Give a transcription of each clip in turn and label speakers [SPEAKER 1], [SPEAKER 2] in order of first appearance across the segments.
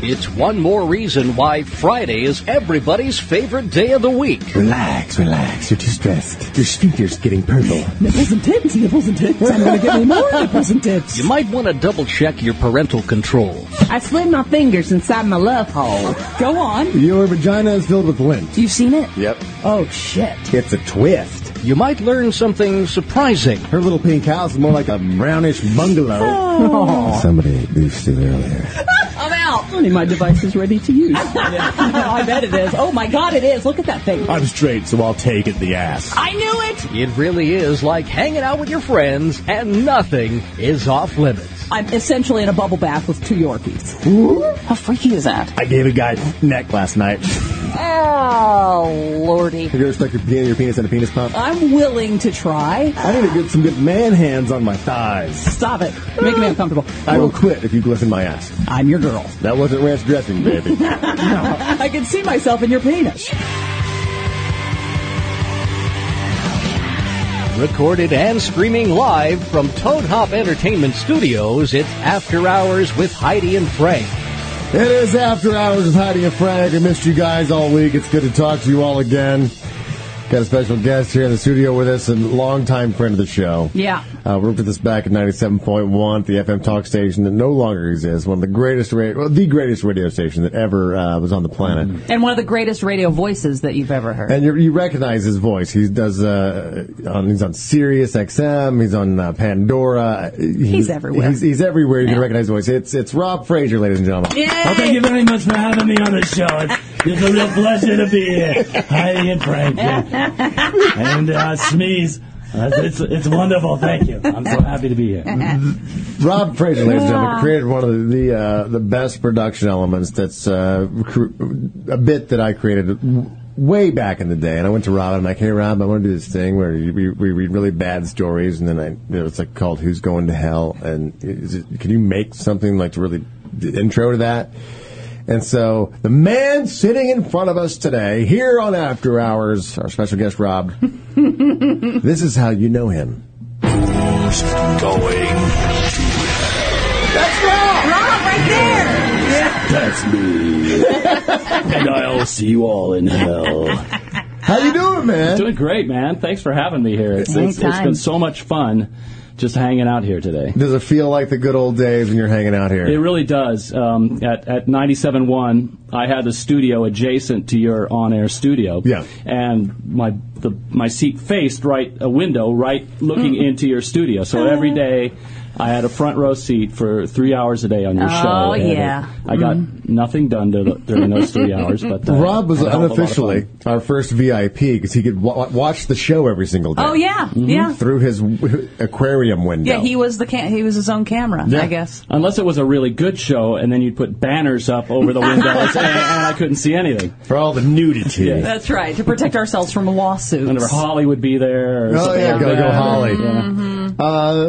[SPEAKER 1] It's one more reason why Friday is everybody's favorite day of the week.
[SPEAKER 2] Relax, relax. You're too stressed. Your sphincter's getting purple.
[SPEAKER 3] Nipples and tits, nipples and tits. I'm gonna give me more nipples and tits.
[SPEAKER 1] You might want to double check your parental control.
[SPEAKER 3] I slid my fingers inside my love hole. Go on.
[SPEAKER 2] Your vagina is filled with lint.
[SPEAKER 3] You've seen it?
[SPEAKER 2] Yep.
[SPEAKER 3] Oh shit.
[SPEAKER 2] It's a twist.
[SPEAKER 1] You might learn something surprising.
[SPEAKER 2] Her little pink house is more like a brownish bungalow.
[SPEAKER 3] Oh.
[SPEAKER 2] Somebody boofed it earlier.
[SPEAKER 3] I'm out. Honey, my device is ready to use. I bet it is. Oh my god, it is. Look at that thing.
[SPEAKER 2] I'm straight, so I'll take it the ass.
[SPEAKER 3] I knew it.
[SPEAKER 1] It really is like hanging out with your friends and nothing is off limits.
[SPEAKER 3] I'm essentially in a bubble bath with two Yorkies. How freaky is that?
[SPEAKER 2] I gave a guy neck last night.
[SPEAKER 3] Oh lordy.
[SPEAKER 2] Have you ever stuck your, your penis in a penis pump?
[SPEAKER 3] I'm willing to try.
[SPEAKER 2] I need to get some good man hands on my thighs.
[SPEAKER 3] Stop it. You're making me uncomfortable.
[SPEAKER 2] I will quit if you glisten my ass.
[SPEAKER 3] I'm your girl.
[SPEAKER 2] That wasn't ranch dressing, baby.
[SPEAKER 3] I can see myself in your penis.
[SPEAKER 1] Recorded and streaming live from Toad Hop Entertainment Studios, it's After Hours with Heidi and Frank.
[SPEAKER 2] It is After Hours with Heidi and Frank. I missed you guys all week. It's good to talk to you all again. Got a special guest here in the studio with us and longtime friend of the show.
[SPEAKER 3] Yeah.
[SPEAKER 2] Uh, we put this back at 97.1, the FM talk station that no longer exists. One of the greatest, ra- well, the greatest radio station that ever uh, was on the planet.
[SPEAKER 4] And one of the greatest radio voices that you've ever heard.
[SPEAKER 2] And you, you recognize his voice. He does. Uh, on, he's on Sirius XM. He's on uh, Pandora. He's,
[SPEAKER 4] everywhere.
[SPEAKER 2] He's, he's everywhere. You can recognize his voice. It's it's Rob Fraser, ladies and gentlemen.
[SPEAKER 5] Well, thank you very much for having me on the show. It's, it's a real pleasure to be here, Heidi and Frank. yeah. And uh, Smeeze, uh, it's, it's wonderful. Thank you. I'm so happy to be here.
[SPEAKER 2] Rob Fraser, ladies and gentlemen, created one of the uh, the best production elements. That's uh, cr- a bit that I created w- way back in the day. And I went to Rob and I'm like, "Hey, Rob, I want to do this thing where you- we, we read really bad stories, and then I you know, it's like called Who's Going to Hell, and is it, can you make something like to really d- intro to that?" And so the man sitting in front of us today, here on After Hours, our special guest Rob. this is how you know him.
[SPEAKER 5] That's me. and I'll see you all in hell.
[SPEAKER 2] How you doing, man?
[SPEAKER 5] Doing great, man. Thanks for having me here. It's, it's, it's
[SPEAKER 4] Anytime.
[SPEAKER 5] been so much fun just hanging out here today.
[SPEAKER 2] Does it feel like the good old days when you're hanging out here?
[SPEAKER 5] It really does. Um, at at 97.1, I had the studio adjacent to your on-air studio.
[SPEAKER 2] Yeah.
[SPEAKER 5] And my the my seat faced right a window right looking
[SPEAKER 4] Mm.
[SPEAKER 5] into your studio. So every day I had a front row seat for three hours a day on your show.
[SPEAKER 4] Oh,
[SPEAKER 5] and
[SPEAKER 4] yeah. Mm.
[SPEAKER 5] I got nothing done to the, during those three hours. But uh,
[SPEAKER 2] Rob was
[SPEAKER 5] I had a whole lot of
[SPEAKER 2] unofficially
[SPEAKER 5] fun.
[SPEAKER 2] our first VIP because he could wa- watch the show every single day.
[SPEAKER 4] Oh yeah,
[SPEAKER 2] Mm-hmm.
[SPEAKER 4] yeah,
[SPEAKER 2] Through his w- aquarium window.
[SPEAKER 4] yeah. He was the ca- he was his own camera,
[SPEAKER 2] Yeah.
[SPEAKER 4] I guess.
[SPEAKER 5] Unless it was a really good show, and then you'd put banners up over the windows, and, and I couldn't see anything.
[SPEAKER 2] For all the nudity.
[SPEAKER 5] Yeah.
[SPEAKER 4] That's right. To protect ourselves from lawsuits.
[SPEAKER 5] Whenever Holly would be there. Or
[SPEAKER 2] Oh,
[SPEAKER 5] something
[SPEAKER 2] yeah,
[SPEAKER 5] like
[SPEAKER 2] go,
[SPEAKER 5] that.
[SPEAKER 2] go, Holly.
[SPEAKER 5] Yeah.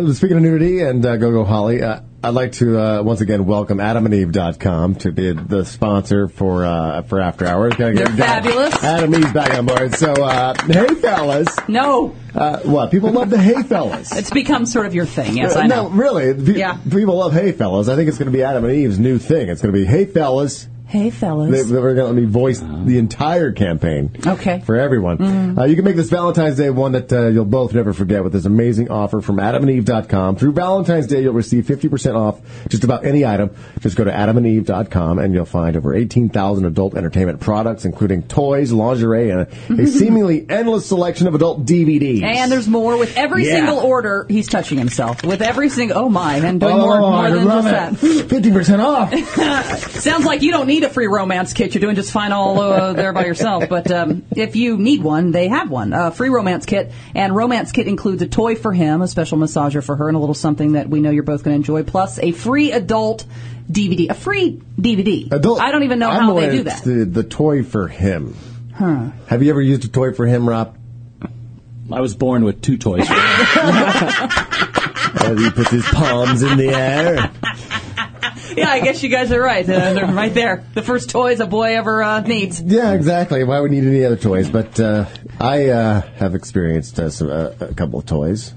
[SPEAKER 2] Uh, speaking of nudity and uh, go, go, Holly, uh, I'd like to uh, once again welcome adamandeve.com to be the sponsor for uh, for After Hours. Gotta get-
[SPEAKER 4] They're fabulous.
[SPEAKER 2] Adam Eve's back on board. So, uh, hey, fellas.
[SPEAKER 4] No,
[SPEAKER 2] Uh, what? People love the hey, fellas.
[SPEAKER 4] it's become sort of your thing. Yes, I
[SPEAKER 2] no,
[SPEAKER 4] know.
[SPEAKER 2] really. Pe-
[SPEAKER 4] Yeah.
[SPEAKER 2] People love Hey Fellas. I think it's going to be Adam and Eve's new thing. It's going to be Hey Fellas.
[SPEAKER 4] Hey,
[SPEAKER 2] They,
[SPEAKER 4] fellas.
[SPEAKER 2] they're going to be voiced the entire campaign.
[SPEAKER 4] Ah. Okay. Mm-hmm.
[SPEAKER 2] For everyone. Uh, you can make this Valentine's Day one that uh, you'll both never forget with this amazing offer from adamandeve.com. Through Valentine's Day, you'll receive 50% off just about any item. Just go to adamandeve.com and you'll find over 18,000 adult entertainment products, including toys, lingerie, and a, a seemingly endless selection of adult DVDs.
[SPEAKER 4] Mm-hmm. And there's more with every
[SPEAKER 2] Yeah.
[SPEAKER 4] single order. He's touching himself with every single. Oh my! And doing more, more
[SPEAKER 2] I
[SPEAKER 4] than
[SPEAKER 2] love
[SPEAKER 4] just
[SPEAKER 2] it. 50% off.
[SPEAKER 4] that. Sounds like you don't need a free romance kit. You're doing just fine all uh, there by yourself. But um, if you need one, they have one. A free romance kit, and romance kit includes a toy for him, a special massager for her, and a little something that we know you're both going to enjoy. Plus a free adult DVD, a free DVD.
[SPEAKER 2] Adult-
[SPEAKER 4] I don't even know
[SPEAKER 2] Uh, I'm
[SPEAKER 4] how
[SPEAKER 2] the
[SPEAKER 4] they
[SPEAKER 2] one
[SPEAKER 4] do
[SPEAKER 2] that's
[SPEAKER 4] that.
[SPEAKER 2] The, the toy for him. Have you ever used a toy for him, Rob?
[SPEAKER 5] I was born with two toys.
[SPEAKER 2] Or he puts his palms in the air.
[SPEAKER 4] yeah, I guess you guys are right. Uh, they're right there. The first toys a boy ever uh, needs.
[SPEAKER 2] Yeah, exactly. Why would we need any other toys? But uh, I uh, have experienced uh, some, uh, a couple of toys.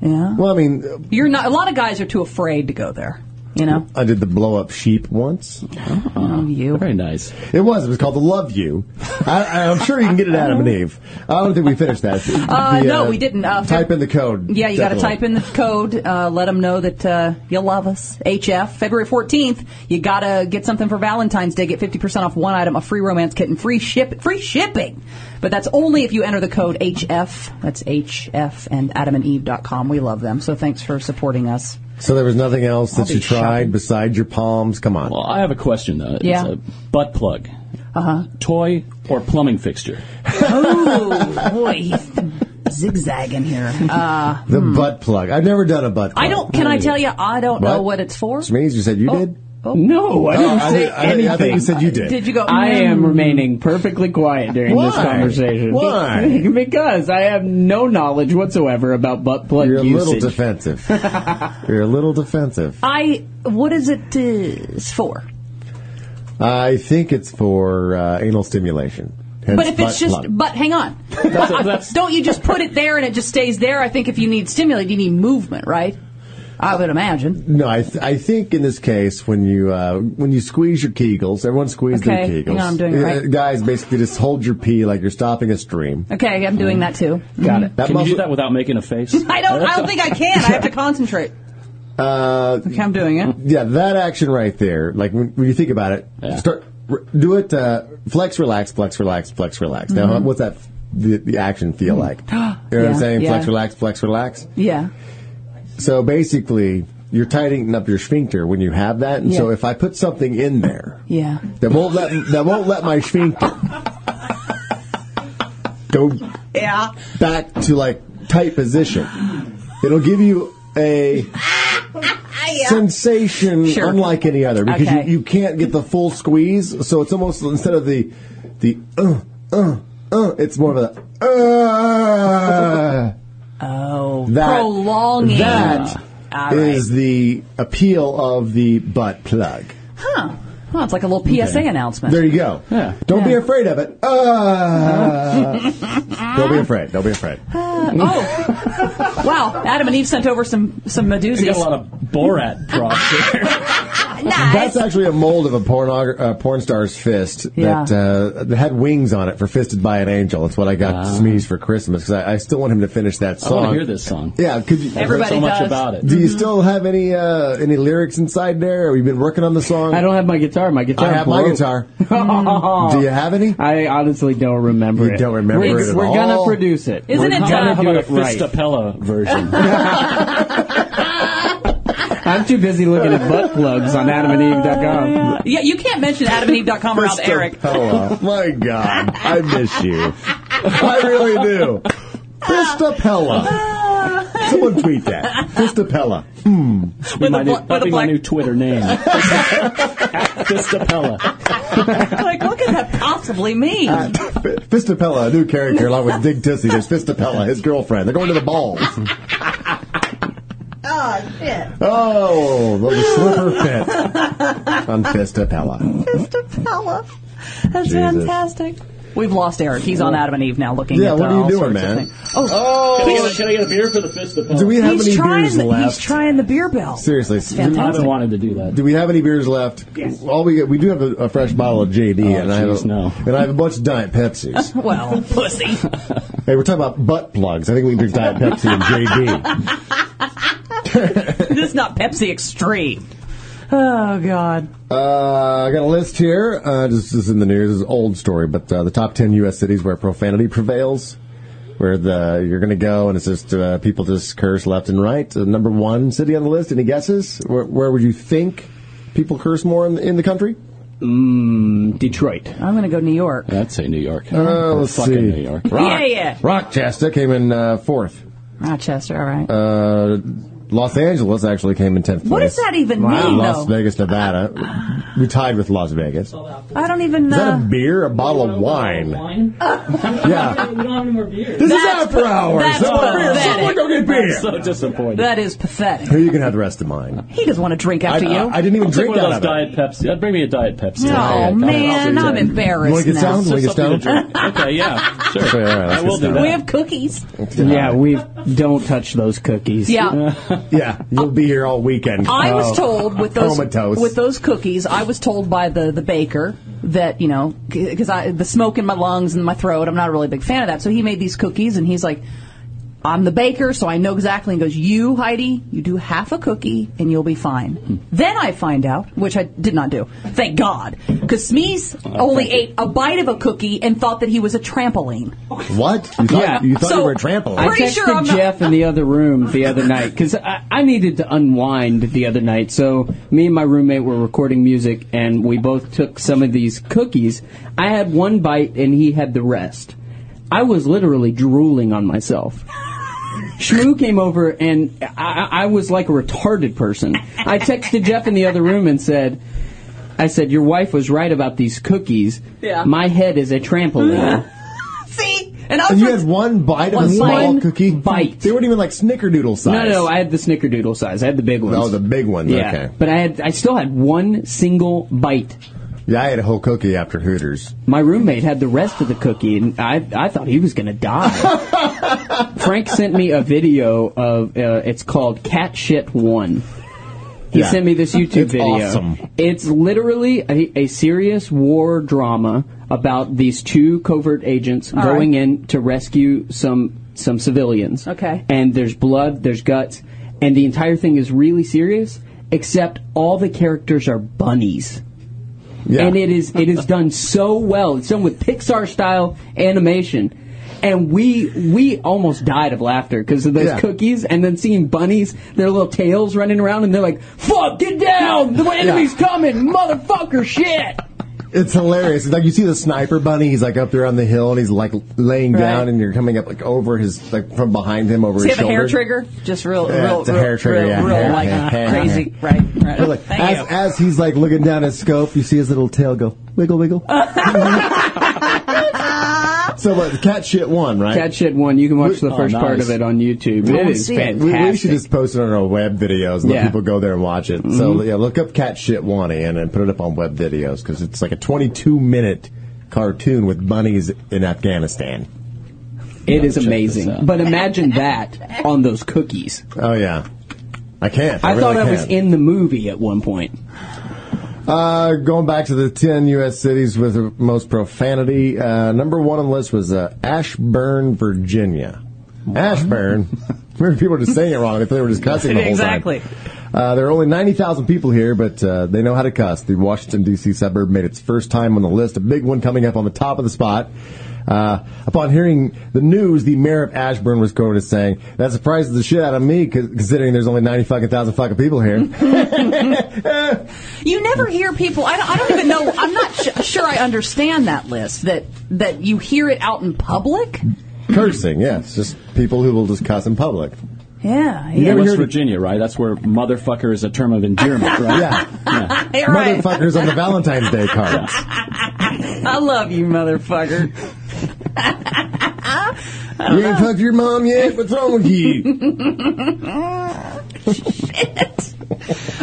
[SPEAKER 4] Yeah.
[SPEAKER 2] Well, I mean,
[SPEAKER 4] You're not. A lot of guys are too afraid to go there. You know?
[SPEAKER 2] I did the blow up sheep once. Uh-huh.
[SPEAKER 4] Oh, you.
[SPEAKER 5] Very nice.
[SPEAKER 2] It was. It was called the Love You. I, I'm sure you can get it Adam and Eve. I don't think we finished that.
[SPEAKER 4] Uh, no, we didn't. Uh,
[SPEAKER 2] type in the code.
[SPEAKER 4] Yeah, you got to
[SPEAKER 2] Definitely.
[SPEAKER 4] type in the code. Uh, let them know that uh, you love us. HF February fourteenth. You got to get something for Valentine's Day. Get fifty percent off one item, a free romance kit, and free ship, free shipping. But that's only if you enter the code HF. That's HF and AdamAndEve.com. We love them, so thanks for supporting us.
[SPEAKER 2] So there was nothing else that
[SPEAKER 4] I'll
[SPEAKER 2] you
[SPEAKER 4] be shopping.
[SPEAKER 2] tried besides your palms. Come on.
[SPEAKER 5] Well, I have a question though. It's
[SPEAKER 4] Yeah.
[SPEAKER 5] a butt plug. Uh
[SPEAKER 2] Uh-huh.
[SPEAKER 5] huh. Toy or plumbing fixture?
[SPEAKER 4] Oh boy, he's zigzagging here. Uh,
[SPEAKER 2] The butt plug. I've never done a butt plug.
[SPEAKER 4] I don't. Can I Oh. tell you? I don't know
[SPEAKER 2] What?
[SPEAKER 4] what it's for.
[SPEAKER 2] Which means you said you did?
[SPEAKER 6] No,
[SPEAKER 5] Oh.
[SPEAKER 6] I didn't
[SPEAKER 2] Oh. I,
[SPEAKER 6] say
[SPEAKER 2] think- I think-
[SPEAKER 6] anything.
[SPEAKER 2] I think you said you did.
[SPEAKER 4] Did you go?
[SPEAKER 6] I am
[SPEAKER 4] "Mm."
[SPEAKER 6] remaining perfectly quiet during this
[SPEAKER 2] Why?
[SPEAKER 6] conversation.
[SPEAKER 2] Why?
[SPEAKER 6] because I have no knowledge whatsoever about butt plug
[SPEAKER 2] You're a little
[SPEAKER 6] usage.
[SPEAKER 2] defensive. You're a little defensive.
[SPEAKER 4] I. What is it uh, for?
[SPEAKER 2] I think it's for uh, anal stimulation. Hence
[SPEAKER 4] But if
[SPEAKER 2] butt
[SPEAKER 4] it's just,
[SPEAKER 2] plug.
[SPEAKER 4] but hang on,
[SPEAKER 5] that's-
[SPEAKER 4] don't you just put it there and it just stays there? I think if you need stimulate, you need movement, right? I would imagine.
[SPEAKER 2] No, I, th- I think in this case, when you uh, when you squeeze your kegels, everyone squeezed their
[SPEAKER 4] Okay,
[SPEAKER 2] kegels.
[SPEAKER 4] hang on, I'm doing it
[SPEAKER 2] Uh,
[SPEAKER 4] right.
[SPEAKER 2] Guys, basically just hold your pee like you're stopping a stream.
[SPEAKER 4] Okay, I'm doing that too.
[SPEAKER 6] Got it.
[SPEAKER 2] That
[SPEAKER 5] Can you
[SPEAKER 2] muscle-
[SPEAKER 5] do that without making a face?
[SPEAKER 4] I don't. I don't think I can. I have to concentrate.
[SPEAKER 2] Uh,
[SPEAKER 4] Okay, I'm doing it.
[SPEAKER 2] yeah, that action right there. Like when, when you think about it,
[SPEAKER 5] Yeah.
[SPEAKER 2] start r- do it. Uh, flex, relax, flex, relax, flex, relax. Now, what's that? f- The, the action feel like? You know what I'm
[SPEAKER 4] Mm-hmm. Yeah,
[SPEAKER 2] saying? Flex,
[SPEAKER 4] yeah.
[SPEAKER 2] relax, flex, relax.
[SPEAKER 4] Yeah.
[SPEAKER 2] So basically, you're tightening up your sphincter when you have that. And so
[SPEAKER 4] Yeah.
[SPEAKER 2] if I put something in there,
[SPEAKER 4] Yeah.
[SPEAKER 2] that won't let that won't let my sphincter go
[SPEAKER 4] Yeah.
[SPEAKER 2] back to like tight position. It'll give you a sensation
[SPEAKER 4] Sure.
[SPEAKER 2] unlike any other because
[SPEAKER 4] Okay.
[SPEAKER 2] you, you can't get the full squeeze. So it's almost instead of the the uh uh uh, it's more of a uh. Oh, that,
[SPEAKER 4] Prolonging.
[SPEAKER 2] That
[SPEAKER 4] All
[SPEAKER 2] is the appeal of the butt plug.
[SPEAKER 4] Huh. Well, it's like a little PSA announcement.
[SPEAKER 2] There you go.
[SPEAKER 5] Yeah.
[SPEAKER 2] Don't be
[SPEAKER 4] Yeah.
[SPEAKER 2] afraid of it. Uh, don't be afraid. Don't be afraid.
[SPEAKER 4] oh. wow. Adam and Eve sent over some some
[SPEAKER 5] You got a lot
[SPEAKER 4] medusas.
[SPEAKER 5] of Borat props. here.
[SPEAKER 2] That's actually a mold of a porn, uh, porn star's fist
[SPEAKER 4] Yeah.
[SPEAKER 2] that, uh, that had wings on it for "Fisted by an Angel." That's what I got Smeeze for Christmas because I, I still want him to finish that
[SPEAKER 5] Ah. I
[SPEAKER 2] song.
[SPEAKER 5] want to hear this song.
[SPEAKER 2] Yeah, could you,
[SPEAKER 5] I've heard
[SPEAKER 4] Everybody
[SPEAKER 5] so much
[SPEAKER 4] does.
[SPEAKER 5] about it.
[SPEAKER 2] Do you still have any uh, any lyrics inside there? Have you been working on the song?
[SPEAKER 6] I don't have my guitar. My guitar.
[SPEAKER 2] I have my
[SPEAKER 6] broke.
[SPEAKER 2] guitar. Do you have any?
[SPEAKER 6] I honestly don't remember
[SPEAKER 2] You
[SPEAKER 6] it.
[SPEAKER 2] don't remember
[SPEAKER 6] we're,
[SPEAKER 2] it at
[SPEAKER 6] We're gonna
[SPEAKER 2] all?
[SPEAKER 6] produce it.
[SPEAKER 4] Isn't
[SPEAKER 6] we're
[SPEAKER 4] it
[SPEAKER 6] gonna
[SPEAKER 4] tough?
[SPEAKER 5] How
[SPEAKER 6] do
[SPEAKER 5] about a
[SPEAKER 6] it right.
[SPEAKER 5] Fistapella version?
[SPEAKER 6] I'm too busy looking at butt plugs on AdamandEve.com.
[SPEAKER 4] Yeah, you can't mention AdamandEve.com around
[SPEAKER 2] Mr.
[SPEAKER 4] Eric.
[SPEAKER 2] Pella. My God, I miss you. I really do. Fistapella. Someone tweet that. Fistapella.
[SPEAKER 5] Be
[SPEAKER 4] With
[SPEAKER 5] my
[SPEAKER 4] a
[SPEAKER 5] new-
[SPEAKER 4] bl- with
[SPEAKER 5] That'd
[SPEAKER 4] a
[SPEAKER 5] be my
[SPEAKER 4] black-
[SPEAKER 5] new Twitter name. Fistapella.
[SPEAKER 4] like, what could that possibly mean?
[SPEAKER 2] F- Fistapella, a new character along with Dig Tissy. There's Fistapella, his girlfriend. They're going to the balls.
[SPEAKER 4] oh, shit.
[SPEAKER 2] Oh, the slipper fit on Fistapella.
[SPEAKER 4] Fella. That's
[SPEAKER 2] Jesus.
[SPEAKER 4] fantastic. We've lost Eric. He's on Adam and Eve now looking
[SPEAKER 2] Yeah,
[SPEAKER 4] at
[SPEAKER 2] what
[SPEAKER 4] uh,
[SPEAKER 2] are you
[SPEAKER 4] all
[SPEAKER 2] doing,
[SPEAKER 4] sorts of
[SPEAKER 2] man?
[SPEAKER 4] things. Oh,
[SPEAKER 5] Can
[SPEAKER 2] Oh,
[SPEAKER 5] I get a- can I get a beer for the Fistapella?
[SPEAKER 2] do we have
[SPEAKER 4] he's
[SPEAKER 2] any
[SPEAKER 4] trying,
[SPEAKER 2] beers
[SPEAKER 4] the,
[SPEAKER 2] left?
[SPEAKER 4] he's trying the beer bell.
[SPEAKER 2] Seriously,
[SPEAKER 5] I've
[SPEAKER 4] fantastic.
[SPEAKER 5] been wanting to do that.
[SPEAKER 2] Do we have any beers left? Yes. All we we do have a, a fresh bottle of JD,
[SPEAKER 4] Oh,
[SPEAKER 2] and I have
[SPEAKER 5] jeez,
[SPEAKER 2] a,
[SPEAKER 5] no.
[SPEAKER 2] and I have a bunch of Diet Pepsis.
[SPEAKER 4] Well, pussy.
[SPEAKER 2] hey, we're talking about butt plugs. I think we can drink Diet Pepsi and JD.
[SPEAKER 4] this is not Pepsi Extreme. Oh, God.
[SPEAKER 2] Uh, I got a list here. Uh, this is in the news. This is an old story, but uh, the top ten U.S. cities where profanity prevails, where the you're going to go, and it's just uh, people just curse left and right. Uh, number one city on the list. Any guesses? Where, where would you think people curse more in the, in the country?
[SPEAKER 6] Detroit.
[SPEAKER 4] I'm going to go New York.
[SPEAKER 5] I'd say New York.
[SPEAKER 2] Uh, let's
[SPEAKER 5] Fucking
[SPEAKER 2] see.
[SPEAKER 5] New York.
[SPEAKER 2] Rock,
[SPEAKER 4] Yeah, yeah.
[SPEAKER 2] Rochester came in uh, fourth.
[SPEAKER 4] Rochester, all right.
[SPEAKER 2] Uh, Los Angeles actually came in 10th place.
[SPEAKER 4] what does that even mean,
[SPEAKER 2] Las
[SPEAKER 4] though?
[SPEAKER 2] Vegas, Nevada. We tied with Las Vegas. Is
[SPEAKER 4] I don't even uh, know.
[SPEAKER 2] that a beer? A bottle of wine? Yeah.
[SPEAKER 7] We don't have any more beers.
[SPEAKER 2] This is
[SPEAKER 4] That's
[SPEAKER 2] after hours.
[SPEAKER 4] that's
[SPEAKER 2] Someone beer.
[SPEAKER 4] pathetic.
[SPEAKER 2] Someone go get beer.
[SPEAKER 5] So disappointed.
[SPEAKER 4] that is pathetic.
[SPEAKER 2] Here, you can have the rest of mine.
[SPEAKER 4] He doesn't want to drink
[SPEAKER 2] I,
[SPEAKER 4] after you.
[SPEAKER 2] I, I didn't even
[SPEAKER 5] I'll take
[SPEAKER 2] drink
[SPEAKER 5] one of
[SPEAKER 2] out
[SPEAKER 5] those
[SPEAKER 2] of it.
[SPEAKER 5] Diet Pepsi. Uh, Bring me a Diet Pepsi.
[SPEAKER 4] oh,
[SPEAKER 5] I'll do
[SPEAKER 4] man,
[SPEAKER 5] that.
[SPEAKER 4] I'm
[SPEAKER 2] You want
[SPEAKER 4] embarrassed
[SPEAKER 2] to get
[SPEAKER 4] now.
[SPEAKER 2] down? You want to
[SPEAKER 5] Just
[SPEAKER 2] get
[SPEAKER 5] something to
[SPEAKER 2] down?
[SPEAKER 5] drink. Okay, yeah, sure.
[SPEAKER 2] Okay, all right, let's
[SPEAKER 5] I will
[SPEAKER 2] get
[SPEAKER 5] do
[SPEAKER 2] started.
[SPEAKER 5] that.
[SPEAKER 4] We have cookies.
[SPEAKER 6] Yeah, we've
[SPEAKER 5] Don't touch those cookies.
[SPEAKER 4] Yeah.
[SPEAKER 2] Yeah, you'll be here all weekend. Oh.
[SPEAKER 4] I was told with those
[SPEAKER 2] Comatose.
[SPEAKER 4] with those cookies, I was told by the the baker that you know because I the smoke in my lungs and my throat. I'm not a really big fan of that. So he made these cookies, and he's like. I'm the baker, so I know exactly. And goes, you Heidi, you do half a cookie and you'll be fine. Then I find out, which I did not do, thank God, because Smees
[SPEAKER 2] Oh,
[SPEAKER 4] only ate a bite of a cookie and thought that he was a trampoline.
[SPEAKER 2] What? You thought,
[SPEAKER 5] Yeah.
[SPEAKER 2] you, thought
[SPEAKER 4] So-
[SPEAKER 2] you were a trampoline.
[SPEAKER 5] I
[SPEAKER 4] Pretty
[SPEAKER 5] texted
[SPEAKER 4] sure I'm not-
[SPEAKER 5] Jeff in the other room the other night because I, I needed to unwind the other night. So me and my roommate were recording music, and we both took some of these cookies. I had one bite, and he had the rest. I was literally drooling on myself. Shmoo came over, and I, I I was like a retarded person. I texted Jeff in the other room and said. I said, your wife was right about these cookies.
[SPEAKER 4] Yeah.
[SPEAKER 5] My head is a trampoline.
[SPEAKER 4] See, and I was
[SPEAKER 2] and you
[SPEAKER 4] like-
[SPEAKER 2] had one bite of
[SPEAKER 4] One
[SPEAKER 2] a small
[SPEAKER 5] bite.
[SPEAKER 2] cookie.
[SPEAKER 5] Bite.
[SPEAKER 2] They weren't even like snickerdoodle size.
[SPEAKER 5] No, no, no, I had the snickerdoodle size. I had the big ones.
[SPEAKER 2] Oh, the big ones.
[SPEAKER 5] Yeah,
[SPEAKER 2] Okay.
[SPEAKER 5] but I had I still had one single bite.
[SPEAKER 2] Yeah, I had a whole cookie after Hooters.
[SPEAKER 5] My roommate had the rest of the cookie, and I I thought he was gonna die. Frank sent me a video of uh, it's called Cat Shit One. He
[SPEAKER 2] Yeah.
[SPEAKER 5] sent me this YouTube
[SPEAKER 2] It's
[SPEAKER 5] video.
[SPEAKER 2] awesome.
[SPEAKER 5] It's literally a, a serious war drama about these two covert agents
[SPEAKER 4] right.
[SPEAKER 5] going in to rescue some some civilians.
[SPEAKER 4] Okay.
[SPEAKER 5] And there's blood, there's guts, and the entire thing is really serious. Except all the characters are bunnies
[SPEAKER 2] Yeah.
[SPEAKER 5] and it is it is done so well. It's done with Pixar style animation, and we we almost died of laughter because of those
[SPEAKER 2] Yeah.
[SPEAKER 5] cookies, and then seeing bunnies, their little tails running around, and they're like, "Fuck, get down! The enemy's coming, motherfucker! Shit!"
[SPEAKER 2] It's hilarious. It's like you see the sniper bunny. He's like up there on the hill and he's like laying
[SPEAKER 4] Right.
[SPEAKER 2] down, and you're coming up like over his like from behind him over
[SPEAKER 4] Does he
[SPEAKER 2] his
[SPEAKER 4] have a
[SPEAKER 2] shoulder.
[SPEAKER 4] hair trigger? Just real,
[SPEAKER 2] Yeah,
[SPEAKER 4] real,
[SPEAKER 2] it's a
[SPEAKER 4] real,
[SPEAKER 2] hair trigger,
[SPEAKER 4] real,
[SPEAKER 2] yeah,
[SPEAKER 4] real
[SPEAKER 2] hair,
[SPEAKER 4] like
[SPEAKER 2] hair, hair,
[SPEAKER 4] crazy, right? right.
[SPEAKER 2] You're like,
[SPEAKER 4] Thank
[SPEAKER 2] as,
[SPEAKER 4] you.
[SPEAKER 2] as he's like looking down his scope, you see his little tail go wiggle wiggle. so but cat shit one right.
[SPEAKER 5] Cat shit one. You can watch the
[SPEAKER 8] Oh,
[SPEAKER 5] first part
[SPEAKER 8] nice.
[SPEAKER 5] of it on YouTube.
[SPEAKER 4] I
[SPEAKER 5] It
[SPEAKER 4] wanna
[SPEAKER 5] is
[SPEAKER 4] see it.
[SPEAKER 5] fantastic.
[SPEAKER 2] we, we should just post it on our web videos. Let
[SPEAKER 5] Yeah. Mm-hmm.
[SPEAKER 2] people go there and watch it. So yeah, look up cat shit one Ian, and put it up on web videos because it's like a 22 minute cartoon with bunnies in Afghanistan.
[SPEAKER 5] It is
[SPEAKER 8] check this
[SPEAKER 5] amazing.
[SPEAKER 8] out.
[SPEAKER 5] But imagine that on those cookies.
[SPEAKER 2] Oh yeah, I can't. I,
[SPEAKER 5] I, thought
[SPEAKER 2] really
[SPEAKER 5] I was
[SPEAKER 2] can't.
[SPEAKER 5] in the movie at one point.
[SPEAKER 2] Uh, going back to the 10 U.S. cities with the most profanity, uh, number one on the list was uh, Ashburn, Virginia. Ashburn. Remember, people were just saying it wrong. They thought they were just cussing the whole
[SPEAKER 4] Exactly.
[SPEAKER 2] time. Uh, there are only 90,000 people here, but uh, they know how to cuss. The Washington, D.C. suburb made its first time on the list. A big one coming up on the top of the spot. Uh, upon hearing the news, the mayor of Ashburn was quoted as saying, That surprises the shit out of me, con- considering there's only 90 fucking thousand fucking people here.
[SPEAKER 4] You never hear people. I don't, I don't even know. I'm not sh- sure I understand that list. That that you hear it out in public.
[SPEAKER 2] Cursing, yes. Just people who will just cuss in public.
[SPEAKER 4] Yeah,
[SPEAKER 2] You
[SPEAKER 4] yeah.
[SPEAKER 2] never
[SPEAKER 8] West
[SPEAKER 2] heard it.
[SPEAKER 8] Virginia, right? That's where motherfucker is a term of endearment, right?
[SPEAKER 2] Yeah.
[SPEAKER 4] Hey, all right.
[SPEAKER 2] Motherfuckers on the Valentine's Day cards.
[SPEAKER 4] I love you, motherfucker.
[SPEAKER 2] You ain't fucked your mom yet? What's wrong with you?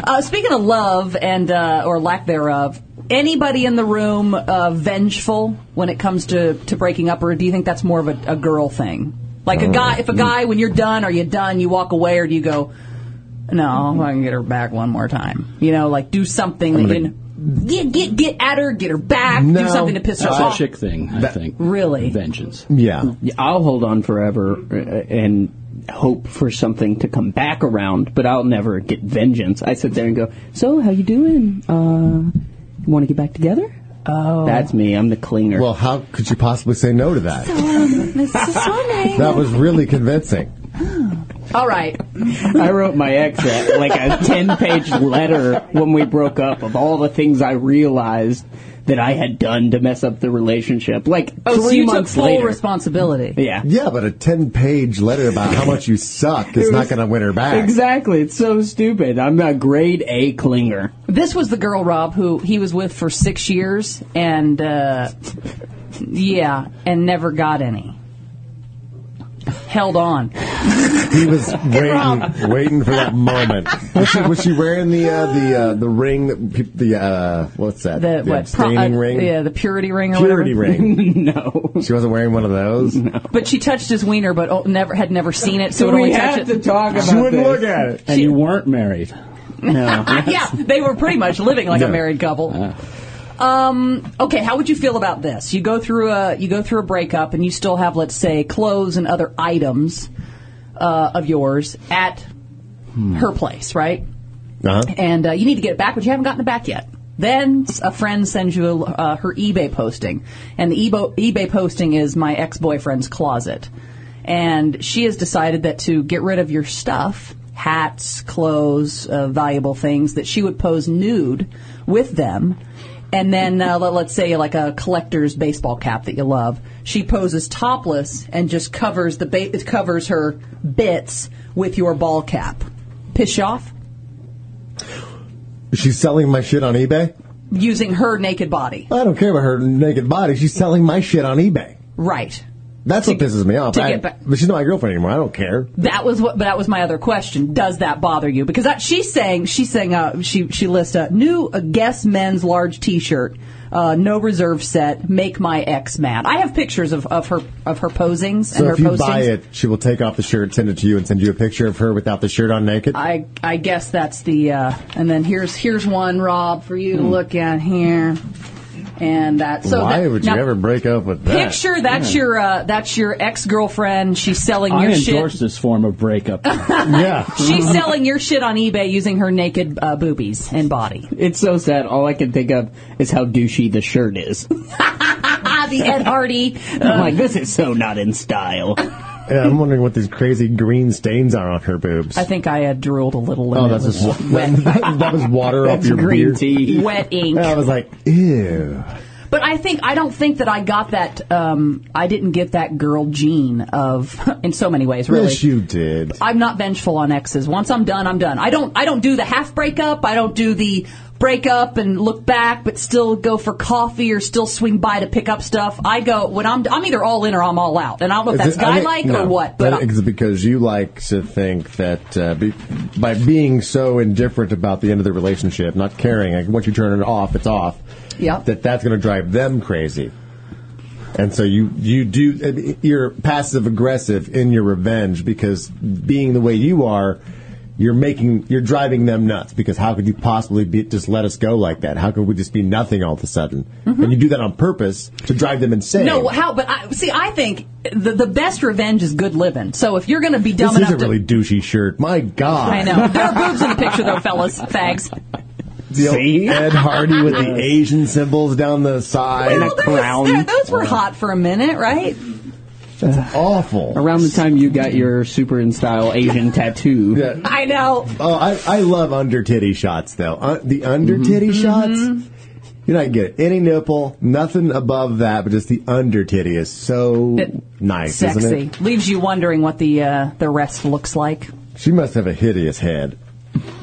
[SPEAKER 4] Uh, speaking of love and uh, or lack thereof, anybody in the room uh, vengeful when it comes to to breaking up, or do you think that's more of a, a girl thing? Like a guy, if a guy, when you're done, are you done? You walk away, or do you go? No, if I can get her back one more time. You know, like do something that you can get get get at her, get her back,
[SPEAKER 2] No.
[SPEAKER 4] do something to piss her
[SPEAKER 8] That's
[SPEAKER 4] off.
[SPEAKER 8] a chick thing, I think.
[SPEAKER 4] Really?
[SPEAKER 8] Vengeance.
[SPEAKER 2] Yeah.
[SPEAKER 5] Yeah, I'll hold on forever uh, and hope for something to come back around, but I'll never get vengeance. I sit there and go, "So, how you doing? Uh, you want to get back together?" Oh, that's me. I'm the clinger.
[SPEAKER 2] Well, how could you possibly say no to that? That was really convincing.
[SPEAKER 4] All right,
[SPEAKER 5] I wrote my ex a, like a ten-page letter when we broke up of all the things I realized that I had done to mess up the relationship. Like three
[SPEAKER 4] oh, so you took
[SPEAKER 5] months
[SPEAKER 4] full
[SPEAKER 5] later.
[SPEAKER 4] responsibility.
[SPEAKER 5] yeah.
[SPEAKER 2] Yeah, but a 10 page letter about how much you suck is
[SPEAKER 5] It
[SPEAKER 2] not
[SPEAKER 5] was-
[SPEAKER 2] going to win her back.
[SPEAKER 5] Exactly. It's so stupid. I'm a grade A clinger.
[SPEAKER 4] This was the girl, Rob, who he was with for six years, and uh, yeah, and never got any. Held on.
[SPEAKER 2] He was waiting, waiting for that moment. Was she, was she wearing the uh, the uh, the ring that peop the uh, what's that?
[SPEAKER 4] The, what? pro-
[SPEAKER 2] abstaining
[SPEAKER 4] uh,
[SPEAKER 2] ring.
[SPEAKER 4] Yeah, the purity ring or
[SPEAKER 2] purity
[SPEAKER 4] whatever.
[SPEAKER 2] ring.
[SPEAKER 6] no.
[SPEAKER 2] She wasn't wearing one of those.
[SPEAKER 4] But she touched his wiener, but oh, never had never seen it, so would
[SPEAKER 6] we
[SPEAKER 4] only touch
[SPEAKER 6] have
[SPEAKER 4] it.
[SPEAKER 6] to talk about
[SPEAKER 2] She wouldn't
[SPEAKER 6] this.
[SPEAKER 2] look at it.
[SPEAKER 5] And you weren't married.
[SPEAKER 6] No.
[SPEAKER 4] yeah, they were pretty much living like a
[SPEAKER 2] No.
[SPEAKER 4] married couple. Um, okay, how would you feel about this? You go through a you go through a breakup, and you still have, let's say, clothes and other items uh, of yours at her place, right?
[SPEAKER 2] Uh-huh.
[SPEAKER 4] And uh, you need to get it back, but you haven't gotten it back yet. Then a friend sends you uh, her eBay posting, and the eBay, eBay posting is my ex boyfriend's closet, and she has decided that to get rid of your stuff. Hats, clothes, uh, valuable things that she would pose nude with them and then uh, let- let's say like a collector's baseball cap that you love. She poses topless and just covers the ba- it covers her bits with your ball cap. Piss you off
[SPEAKER 2] She's selling my shit on eBay.
[SPEAKER 4] using her naked body.
[SPEAKER 2] I don't care about her naked body. She's selling my shit on eBay.
[SPEAKER 4] Right.
[SPEAKER 2] That's what pisses me off.
[SPEAKER 4] to
[SPEAKER 2] I-
[SPEAKER 4] get back-
[SPEAKER 2] but she's not my girlfriend anymore. I don't care.
[SPEAKER 4] That was what. That was my other question. Does that bother you? Because that, she's saying she's saying uh, she she lists a new uh, Guess men's large T-shirt, uh, no reserve set. Make my ex mad. I have pictures of, of her of her posings and
[SPEAKER 2] So
[SPEAKER 4] her
[SPEAKER 2] if you
[SPEAKER 4] postings.
[SPEAKER 2] buy it, she will take off the shirt, send it to you, and send you a picture of her without the shirt on naked.
[SPEAKER 4] I I guess that's the uh, and then here's here's one Rob for you to look at here, and that. So
[SPEAKER 2] Hmm. Why
[SPEAKER 4] that-
[SPEAKER 2] would you
[SPEAKER 4] now,
[SPEAKER 2] ever break up with that?
[SPEAKER 4] Picture that's your uh, that's your ex girlfriend. She's selling
[SPEAKER 5] I
[SPEAKER 4] your
[SPEAKER 5] endorse
[SPEAKER 4] shit.
[SPEAKER 5] this form of breakup.
[SPEAKER 2] Yeah.
[SPEAKER 4] She's selling your shit on eBay using her naked uh, boobies and body.
[SPEAKER 6] It's so sad. All I can think of is how douchey the shirt is.
[SPEAKER 4] Ah, the Ed Hardy.
[SPEAKER 6] I'm like, this is so not in style.
[SPEAKER 2] Yeah, I'm wondering what these crazy green stains are on her boobs.
[SPEAKER 4] I think I had drooled a little.
[SPEAKER 2] oh,
[SPEAKER 4] and it
[SPEAKER 2] that's
[SPEAKER 4] was
[SPEAKER 2] just that, that was water off
[SPEAKER 6] That's
[SPEAKER 2] your
[SPEAKER 6] green
[SPEAKER 2] beard.
[SPEAKER 6] tea.
[SPEAKER 4] wet ink.
[SPEAKER 2] I was like, ew.
[SPEAKER 4] But I think I don't think that I got that. Um, I didn't get that girl gene of in so many ways. Really,
[SPEAKER 2] Yes, you did.
[SPEAKER 4] I'm not vengeful on exes. Once I'm done, I'm done. I don't I don't do the half breakup. I don't do the break up and look back, but still go for coffee or still swing by to pick up stuff. I go when I'm I'm either all in or I'm all out, and I don't know if that's
[SPEAKER 2] Is it- I
[SPEAKER 4] guy
[SPEAKER 2] think-
[SPEAKER 4] like
[SPEAKER 2] no.
[SPEAKER 4] or what.
[SPEAKER 2] I
[SPEAKER 4] But uh,
[SPEAKER 2] think
[SPEAKER 4] I'm-
[SPEAKER 2] it's because you like to think that uh, be, by being so indifferent about the end of the relationship, not caring, like once you turn it off, it's off.
[SPEAKER 4] Yep.
[SPEAKER 2] That that's going to drive them crazy. And so you you do you're passive aggressive in your revenge because being the way you are, you're making you're driving them nuts because how could you possibly be, just let us go like that? How could we just be nothing all of a sudden? And you do that on purpose to drive them insane.
[SPEAKER 4] Mm-hmm. no, how? But I, see, I think the the best revenge is good living. So if you're going to be dumb
[SPEAKER 2] This is
[SPEAKER 4] enough
[SPEAKER 2] a
[SPEAKER 4] to
[SPEAKER 2] really douchey shirt. My God.
[SPEAKER 4] I know there are boobs in the picture though, fellas, fags.
[SPEAKER 2] The old
[SPEAKER 6] See?
[SPEAKER 2] Ed Hardy with the Asian symbols down the side.
[SPEAKER 6] Well,
[SPEAKER 4] Well, there was- there- those were hot for a minute, right?
[SPEAKER 2] That's awful.
[SPEAKER 6] Around the time you got your super in style Asian tattoo.
[SPEAKER 2] Yeah.
[SPEAKER 4] I know.
[SPEAKER 2] Oh, I, I love under titty shots though. Uh, the under titty
[SPEAKER 4] Mm-hmm.
[SPEAKER 2] shots. You're not get any nipple, nothing above that, but just the under titty is so
[SPEAKER 4] It-
[SPEAKER 2] nice,
[SPEAKER 4] Sexy
[SPEAKER 2] isn't it?
[SPEAKER 4] leaves you wondering what the uh, the rest looks like.
[SPEAKER 2] She must have a hideous head.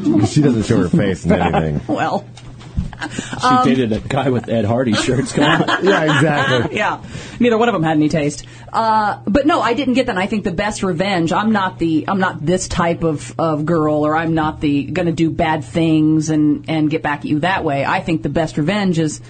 [SPEAKER 2] 'Cause she doesn't show her face and anything.
[SPEAKER 4] Well.
[SPEAKER 5] She dated a guy with Ed Hardy shirts. Come on.
[SPEAKER 2] Yeah, exactly.
[SPEAKER 4] yeah. Neither one of them had any taste. Uh, but no, I didn't get that. And I think the best revenge. I'm not the. I'm not this type of, of girl, or I'm not the going to do bad things and and get back at you that way. I think the best revenge is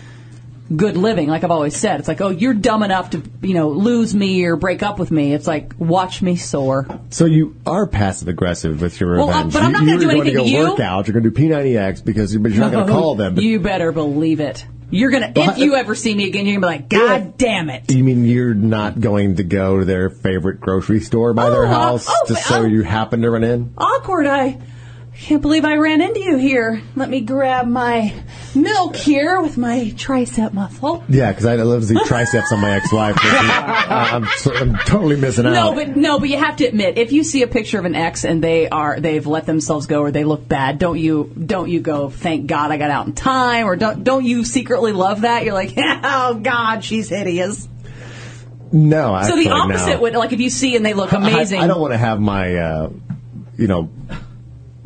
[SPEAKER 4] good living. Like I've always said, it's like, oh, you're dumb enough to you know lose me or break up with me. It's like watch me soar.
[SPEAKER 2] So you are passive aggressive with your
[SPEAKER 4] Well, uh,
[SPEAKER 2] revenge.
[SPEAKER 4] but I'm not
[SPEAKER 2] you,
[SPEAKER 4] gonna do
[SPEAKER 2] you're
[SPEAKER 4] anything
[SPEAKER 2] going
[SPEAKER 4] to
[SPEAKER 2] to
[SPEAKER 4] you.
[SPEAKER 2] go work out. You're going to do P90X because but you're not going to call them. But
[SPEAKER 4] You better believe it. You're gonna if you ever see me again, you're gonna be like, God damn it.
[SPEAKER 2] You mean you're not going to go to their favorite grocery store by their
[SPEAKER 4] Oh, uh,
[SPEAKER 2] house
[SPEAKER 4] oh,
[SPEAKER 2] just so
[SPEAKER 4] oh.
[SPEAKER 2] you happen to run in?
[SPEAKER 4] awkward. I can't believe I ran into you here. Let me grab my milk here with my tricep muscle.
[SPEAKER 2] Yeah, because I love the triceps on my ex-wife. which is- I- I'm, so- I'm totally missing
[SPEAKER 4] No,
[SPEAKER 2] out.
[SPEAKER 4] but no, but you have to admit, if you see a picture of an ex and they are they've let themselves go or they look bad, don't you don't you go, thank God I got out in time, or don't don't you secretly love that? You're like, oh God, she's hideous.
[SPEAKER 2] no, actually,
[SPEAKER 4] so the opposite
[SPEAKER 2] no.
[SPEAKER 4] would like if you see and they look
[SPEAKER 2] I-
[SPEAKER 4] amazing.
[SPEAKER 2] I, don't want to have my, uh, you know,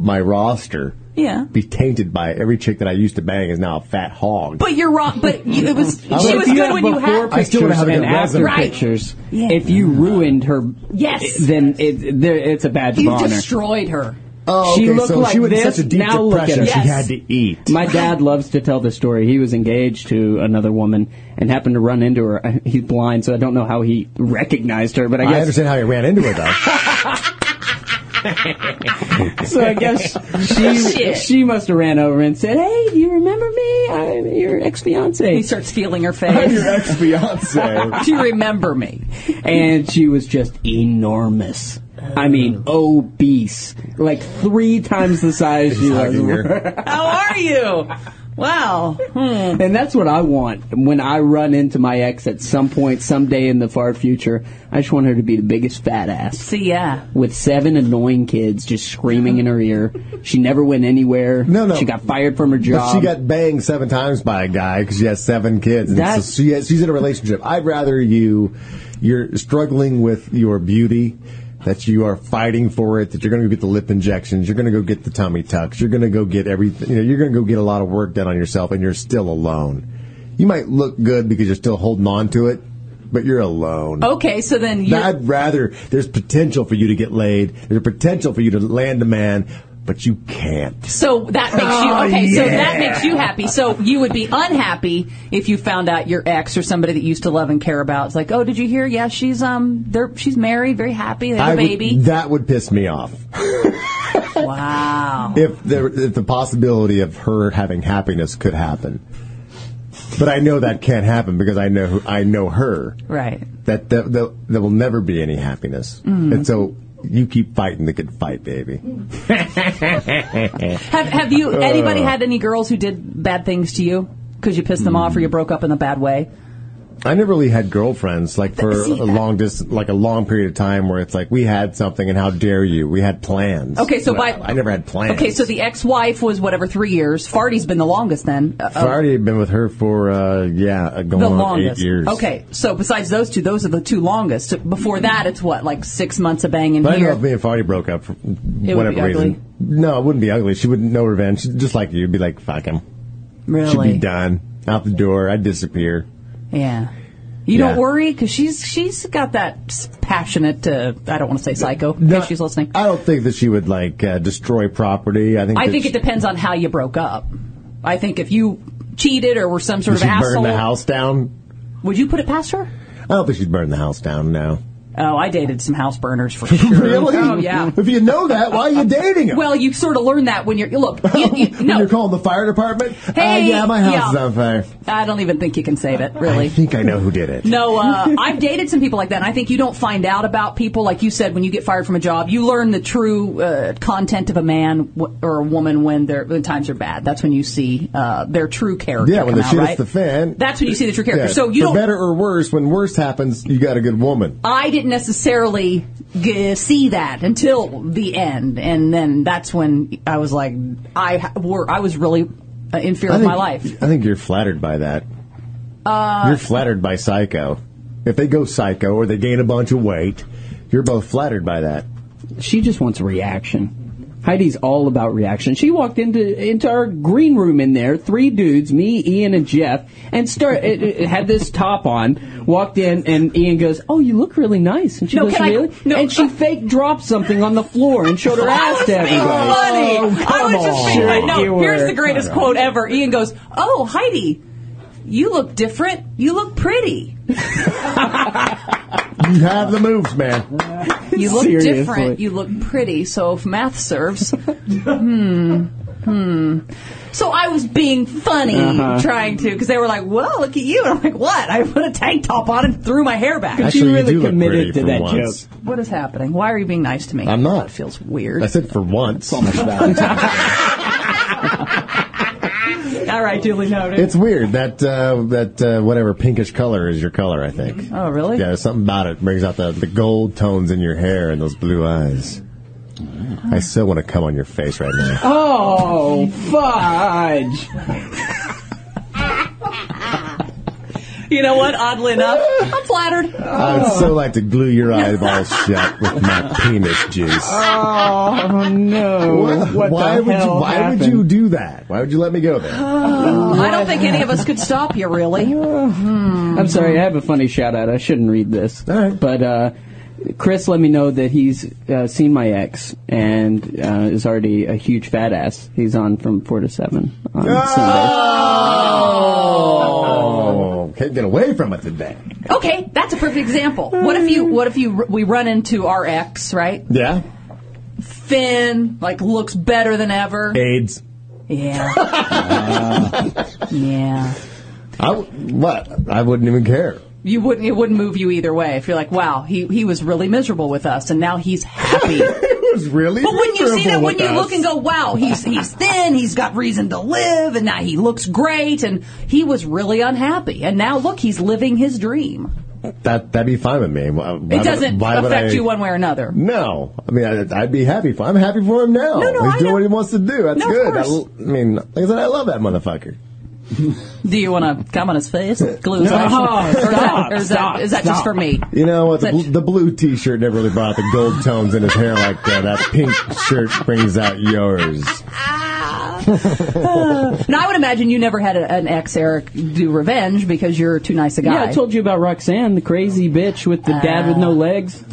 [SPEAKER 2] my roster
[SPEAKER 4] Yeah.
[SPEAKER 2] be tainted by it. every chick that I used to bang is now a fat hog.
[SPEAKER 4] But you're wrong. But you, it was she
[SPEAKER 2] like,
[SPEAKER 4] was
[SPEAKER 2] you
[SPEAKER 4] good
[SPEAKER 2] have
[SPEAKER 4] when you
[SPEAKER 2] before
[SPEAKER 4] had.
[SPEAKER 2] I still don't
[SPEAKER 6] pictures
[SPEAKER 2] have a
[SPEAKER 6] and
[SPEAKER 2] good
[SPEAKER 6] after
[SPEAKER 2] resume.
[SPEAKER 4] Right.
[SPEAKER 6] pictures.
[SPEAKER 4] Yeah.
[SPEAKER 6] If you ruined her,
[SPEAKER 4] Yes.
[SPEAKER 6] it- then it, there, it's a badge
[SPEAKER 4] You
[SPEAKER 6] of honor.
[SPEAKER 4] destroyed her.
[SPEAKER 2] oh,
[SPEAKER 6] she
[SPEAKER 2] okay,
[SPEAKER 6] looked
[SPEAKER 2] so
[SPEAKER 6] like
[SPEAKER 2] she was in
[SPEAKER 6] this,
[SPEAKER 2] such a deep
[SPEAKER 6] now look at
[SPEAKER 2] depression.
[SPEAKER 6] her.
[SPEAKER 2] She
[SPEAKER 4] Yes.
[SPEAKER 2] had to eat.
[SPEAKER 6] My dad loves to tell the story. He was engaged to another woman and happened to run into her. I- He's blind, so I don't know how he recognized her, but I
[SPEAKER 2] I
[SPEAKER 6] guess
[SPEAKER 2] understand how you ran into her though.
[SPEAKER 6] so. I guess
[SPEAKER 4] Oh,
[SPEAKER 6] she she must have ran over and said, "Hey, do you remember me? I'm your ex
[SPEAKER 4] He
[SPEAKER 6] fiance."
[SPEAKER 4] starts feeling her
[SPEAKER 2] I'm
[SPEAKER 4] face.
[SPEAKER 2] your ex fiance.
[SPEAKER 4] Do you remember me?
[SPEAKER 6] and she was just enormous. I mean, obese, like three times the size she was.
[SPEAKER 4] How are you? Wow. Hmm.
[SPEAKER 6] And that's what I want when I run into my ex at some point, someday in the far future. I just want her to be the biggest fat ass
[SPEAKER 4] See, yeah.
[SPEAKER 6] with seven annoying kids just screaming in her ear. She never went anywhere.
[SPEAKER 2] No, no.
[SPEAKER 6] She got fired from her job.
[SPEAKER 2] But she got banged seven times by a guy because she has seven kids. And
[SPEAKER 6] That's-
[SPEAKER 2] so she has, she's in a relationship. I'd rather you, you're struggling with your beauty, that you are fighting for it, that you're going to go get the lip injections, you're going to go get the tummy tucks, you're going to go get everything, you know, you're going to go get a lot of work done on yourself and you're still alone. You might look good because you're still holding on to it, but you're alone.
[SPEAKER 4] Okay, so then you.
[SPEAKER 2] I'd rather there's potential for you to get laid, there's potential for you to land a man, but you can't.
[SPEAKER 4] So that makes you
[SPEAKER 2] Oh,
[SPEAKER 4] okay. So
[SPEAKER 2] yeah.
[SPEAKER 4] that makes you happy. So you would be unhappy if you found out your ex or somebody that you used to love and care about. It's like, oh, did you hear? Yeah, she's um, they're she's married, very happy, they have
[SPEAKER 2] I
[SPEAKER 4] a
[SPEAKER 2] would-
[SPEAKER 4] baby.
[SPEAKER 2] that would piss me off.
[SPEAKER 4] wow.
[SPEAKER 2] if there if the possibility of her having happiness could happen. But I know that can't happen because I know who, I know her.
[SPEAKER 4] Right.
[SPEAKER 2] That there, there, there will never be any happiness,
[SPEAKER 4] Mm.
[SPEAKER 2] and so you keep fighting the good fight, baby.
[SPEAKER 4] Have Have you
[SPEAKER 2] Uh.
[SPEAKER 4] anybody had any girls who did bad things to you because you pissed them off or you broke up in a bad way?
[SPEAKER 2] I never really had girlfriends like for a long dis, like a long period of time where it's like we had something and how dare you? We had plans.
[SPEAKER 4] Okay, so
[SPEAKER 2] But I-
[SPEAKER 4] by-
[SPEAKER 2] I never had plans.
[SPEAKER 4] Okay, so the ex-wife was whatever three years. Farty's been the longest then. Uh,
[SPEAKER 2] I've already been with her for uh, yeah, going
[SPEAKER 4] the
[SPEAKER 2] on
[SPEAKER 4] longest.
[SPEAKER 2] eight years.
[SPEAKER 4] Okay, so besides those two, those are the two longest. Before that, it's what like six months of banging
[SPEAKER 2] But I know
[SPEAKER 4] here.
[SPEAKER 2] if me and Farty broke up for
[SPEAKER 4] be
[SPEAKER 2] whatever
[SPEAKER 4] ugly.
[SPEAKER 2] reason. No, it wouldn't be ugly. She wouldn't know revenge. She'd, just like you, be like, fuck him.
[SPEAKER 4] really,
[SPEAKER 2] She'd be done. Out the door. I'd disappear.
[SPEAKER 4] Yeah. You
[SPEAKER 2] Yeah.
[SPEAKER 4] don't worry because she's she's got that s- passionate. Uh, I don't want to say psycho. in
[SPEAKER 2] No,
[SPEAKER 4] case she's listening.
[SPEAKER 2] I don't think that she would, like, uh, destroy property. I think
[SPEAKER 4] I
[SPEAKER 2] that
[SPEAKER 4] think
[SPEAKER 2] she,
[SPEAKER 4] it depends on how you broke up. I think if you cheated or were some sort
[SPEAKER 2] would she
[SPEAKER 4] of asshole,
[SPEAKER 2] burn the house down.
[SPEAKER 4] would you put it past her?
[SPEAKER 2] I don't think she'd burn the house down, no.
[SPEAKER 4] Oh, I dated some house burners for sure. Oh yeah.
[SPEAKER 2] If you know that, why are you dating him?
[SPEAKER 4] Well, you sort of learn that when you're look. You, you,
[SPEAKER 2] when
[SPEAKER 4] no,
[SPEAKER 2] you're calling the fire department?
[SPEAKER 4] Hey,
[SPEAKER 2] uh, yeah, my house
[SPEAKER 4] yeah.
[SPEAKER 2] is on fire.
[SPEAKER 4] I don't even think you can say that
[SPEAKER 2] I
[SPEAKER 4] really.
[SPEAKER 2] think I know who did it.
[SPEAKER 4] No, uh, I've dated some people like that. And I think you don't find out about people like you said when you get fired from a job. You learn the true uh, content of a man w- or a woman when their when times are bad. That's when you see uh, their true character.
[SPEAKER 2] Yeah, when
[SPEAKER 4] come
[SPEAKER 2] the
[SPEAKER 4] out,
[SPEAKER 2] shit hits
[SPEAKER 4] right?
[SPEAKER 2] the fan.
[SPEAKER 4] That's when you see the true character.
[SPEAKER 2] Yeah,
[SPEAKER 4] So you
[SPEAKER 2] for
[SPEAKER 4] don't.
[SPEAKER 2] better or worse, when worse happens, you got a good woman.
[SPEAKER 4] I didn't necessarily g- see that until the end, and then that's when I was like, I ha- were I was really uh, in fear of my life. Uh,
[SPEAKER 2] I think you're flattered by that. you're flattered by psycho. If they go psycho or they gain a bunch of weight, you're both flattered by that.
[SPEAKER 6] she just wants reaction. Heidi's all about reaction. She walked into into our green room in there, three dudes, me, Ian, and Jeff, and start it, it had this top on. Walked in, and Ian goes, "Oh, you look really nice." And she
[SPEAKER 4] No,
[SPEAKER 6] goes,
[SPEAKER 4] can I-
[SPEAKER 6] "Really?"
[SPEAKER 4] no.
[SPEAKER 6] and she fake dropped something on the floor and showed her ass to
[SPEAKER 4] being
[SPEAKER 6] everybody.
[SPEAKER 4] funny. I was just being,
[SPEAKER 6] Sure
[SPEAKER 4] I know.
[SPEAKER 6] you
[SPEAKER 4] Here's
[SPEAKER 6] were.
[SPEAKER 4] the greatest quote ever. Ian goes, "Oh, Heidi, you look different. You look pretty.
[SPEAKER 2] You have the moves, man.
[SPEAKER 4] You look
[SPEAKER 6] Seriously.
[SPEAKER 4] different. You look pretty." So if math serves, hmm, hmm. So I was being funny, trying to, because they were like, "Whoa, look at you!" And I'm like, "What?" I put a tank top on and threw my hair back.
[SPEAKER 2] Actually,
[SPEAKER 6] she
[SPEAKER 2] you
[SPEAKER 6] really
[SPEAKER 2] do look pretty
[SPEAKER 6] committed to
[SPEAKER 2] for
[SPEAKER 6] that
[SPEAKER 2] once.
[SPEAKER 6] joke.
[SPEAKER 4] What is happening? Why are you being nice to me?
[SPEAKER 2] I'm not.
[SPEAKER 4] It feels weird.
[SPEAKER 2] I said for once.
[SPEAKER 6] Oh,
[SPEAKER 4] All right, duly noted.
[SPEAKER 2] it's weird that uh, that uh, whatever pinkish color is your color. I think.
[SPEAKER 4] oh, really?
[SPEAKER 2] Yeah, there's something about it brings out the, the gold tones in your hair and those blue eyes. I still want to come on your face right now.
[SPEAKER 6] Oh, fudge!
[SPEAKER 4] You know what? Oddly enough, I'm flattered.
[SPEAKER 2] I
[SPEAKER 4] Oh.
[SPEAKER 2] would so like to glue your eyeballs shut with my penis juice.
[SPEAKER 6] Oh no!
[SPEAKER 2] why would you? Why would you do that? Why would you let me go
[SPEAKER 4] Oh.
[SPEAKER 2] there?
[SPEAKER 4] I don't think any of us could stop you, really.
[SPEAKER 6] I'm sorry. I have a funny shout out. I shouldn't read this,
[SPEAKER 2] All right.
[SPEAKER 6] but uh, Chris let me know that he's uh, seen my ex and uh, is already a huge fat ass. He's on from four to seven on
[SPEAKER 2] Ah!
[SPEAKER 6] Sunday.
[SPEAKER 2] Oh, can't get away from it today.
[SPEAKER 4] Okay, that's a perfect example. What if you? What if you? We run into our ex, right?
[SPEAKER 2] Yeah,
[SPEAKER 4] Finn, like looks better than ever.
[SPEAKER 2] AIDS.
[SPEAKER 4] Yeah. yeah.
[SPEAKER 2] I w- what? I wouldn't even care.
[SPEAKER 4] You wouldn't. It wouldn't move you either way. If you're like, wow, he he was really miserable with us, and now he's happy.
[SPEAKER 2] It was really.
[SPEAKER 4] But wouldn't you see that
[SPEAKER 2] miserable
[SPEAKER 4] when
[SPEAKER 2] with
[SPEAKER 4] you look
[SPEAKER 2] us.
[SPEAKER 4] and go, wow, he's he's thin, he's got reason to live, and now he looks great, and he was really unhappy, and now look, he's living his dream.
[SPEAKER 2] that that'd be fine with me. Why, why
[SPEAKER 4] It
[SPEAKER 2] would-
[SPEAKER 4] doesn't
[SPEAKER 2] why would
[SPEAKER 4] affect
[SPEAKER 2] I-
[SPEAKER 4] you one way or another.
[SPEAKER 2] No, I mean I, I'd be happy for. I'm happy for him now.
[SPEAKER 4] No, no,
[SPEAKER 2] He's
[SPEAKER 4] I
[SPEAKER 2] doing
[SPEAKER 4] know.
[SPEAKER 2] what he wants to do. That's
[SPEAKER 4] No, of
[SPEAKER 2] good. I,
[SPEAKER 4] course.
[SPEAKER 2] l- I mean, like I said, I love that motherfucker.
[SPEAKER 4] Do you want to come on his face, glue his eyes? Or is that- or is that is that just for me?
[SPEAKER 2] You know what? The,
[SPEAKER 4] But-
[SPEAKER 2] bl- the blue T-shirt never really brought the gold tones in his hair like that. That pink shirt brings out yours.
[SPEAKER 4] Now I would imagine you never had a, an ex Eric do revenge because you're too nice a guy.
[SPEAKER 6] Yeah, I told you about Roxanne, the crazy bitch with the dad with
[SPEAKER 4] Ah.
[SPEAKER 6] no legs.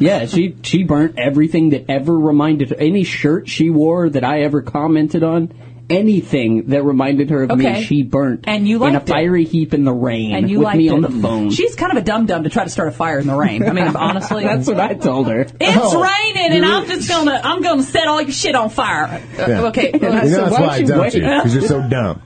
[SPEAKER 6] Yeah, she she burnt everything that ever reminded her. Any shirt she wore that I ever commented on, anything that reminded her of
[SPEAKER 4] Okay.
[SPEAKER 6] me, she burnt.
[SPEAKER 4] And you
[SPEAKER 6] in a
[SPEAKER 4] liked it.
[SPEAKER 6] fiery heap in the rain
[SPEAKER 4] and you
[SPEAKER 6] with
[SPEAKER 4] liked
[SPEAKER 6] me
[SPEAKER 4] it.
[SPEAKER 6] on the phone.
[SPEAKER 4] She's kind of a dum dum to try to start a fire in the rain. I mean, honestly,
[SPEAKER 6] That's what I told her.
[SPEAKER 4] It's
[SPEAKER 2] Oh,
[SPEAKER 4] raining, and I'm just gonna I'm gonna set all your shit on fire. Uh,
[SPEAKER 2] Yeah.
[SPEAKER 4] Okay,
[SPEAKER 2] You know
[SPEAKER 6] So
[SPEAKER 2] that's
[SPEAKER 6] why
[SPEAKER 2] why,
[SPEAKER 6] don't
[SPEAKER 2] I
[SPEAKER 6] you
[SPEAKER 2] dumped
[SPEAKER 6] wait?
[SPEAKER 2] you because you're so dumb.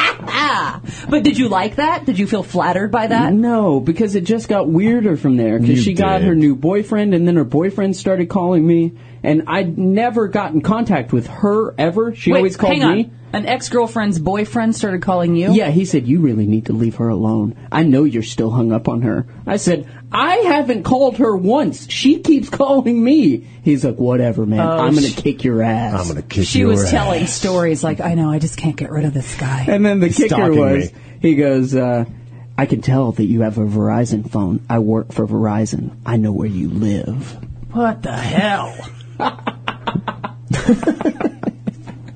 [SPEAKER 4] ah, but did you like that? Did you feel flattered by that?
[SPEAKER 6] No, because it just got weirder from there.
[SPEAKER 2] You
[SPEAKER 6] Because she got
[SPEAKER 2] did.
[SPEAKER 6] her new boyfriend, and then her boyfriend started calling me, and I'd never got in contact with her ever. She
[SPEAKER 4] Wait,
[SPEAKER 6] always called
[SPEAKER 4] hang on.
[SPEAKER 6] me.
[SPEAKER 4] An ex girlfriend's boyfriend started calling you.
[SPEAKER 6] Yeah, he said, You really need to leave her alone. I know you're still hung up on her. I said, I haven't called her once. She keeps calling me. He's like, Whatever,
[SPEAKER 4] Oh,
[SPEAKER 6] man. I'm going to kick your ass.
[SPEAKER 2] I'm gonna kick
[SPEAKER 4] she
[SPEAKER 2] your
[SPEAKER 4] was
[SPEAKER 2] ass.
[SPEAKER 4] telling stories like, I know, I just can't get rid of this guy.
[SPEAKER 6] And then the kicker
[SPEAKER 2] stalking
[SPEAKER 6] was,
[SPEAKER 2] me.
[SPEAKER 6] he goes, uh, I can tell that you have a Verizon phone. I work for Verizon. I know where you live.
[SPEAKER 4] What the hell?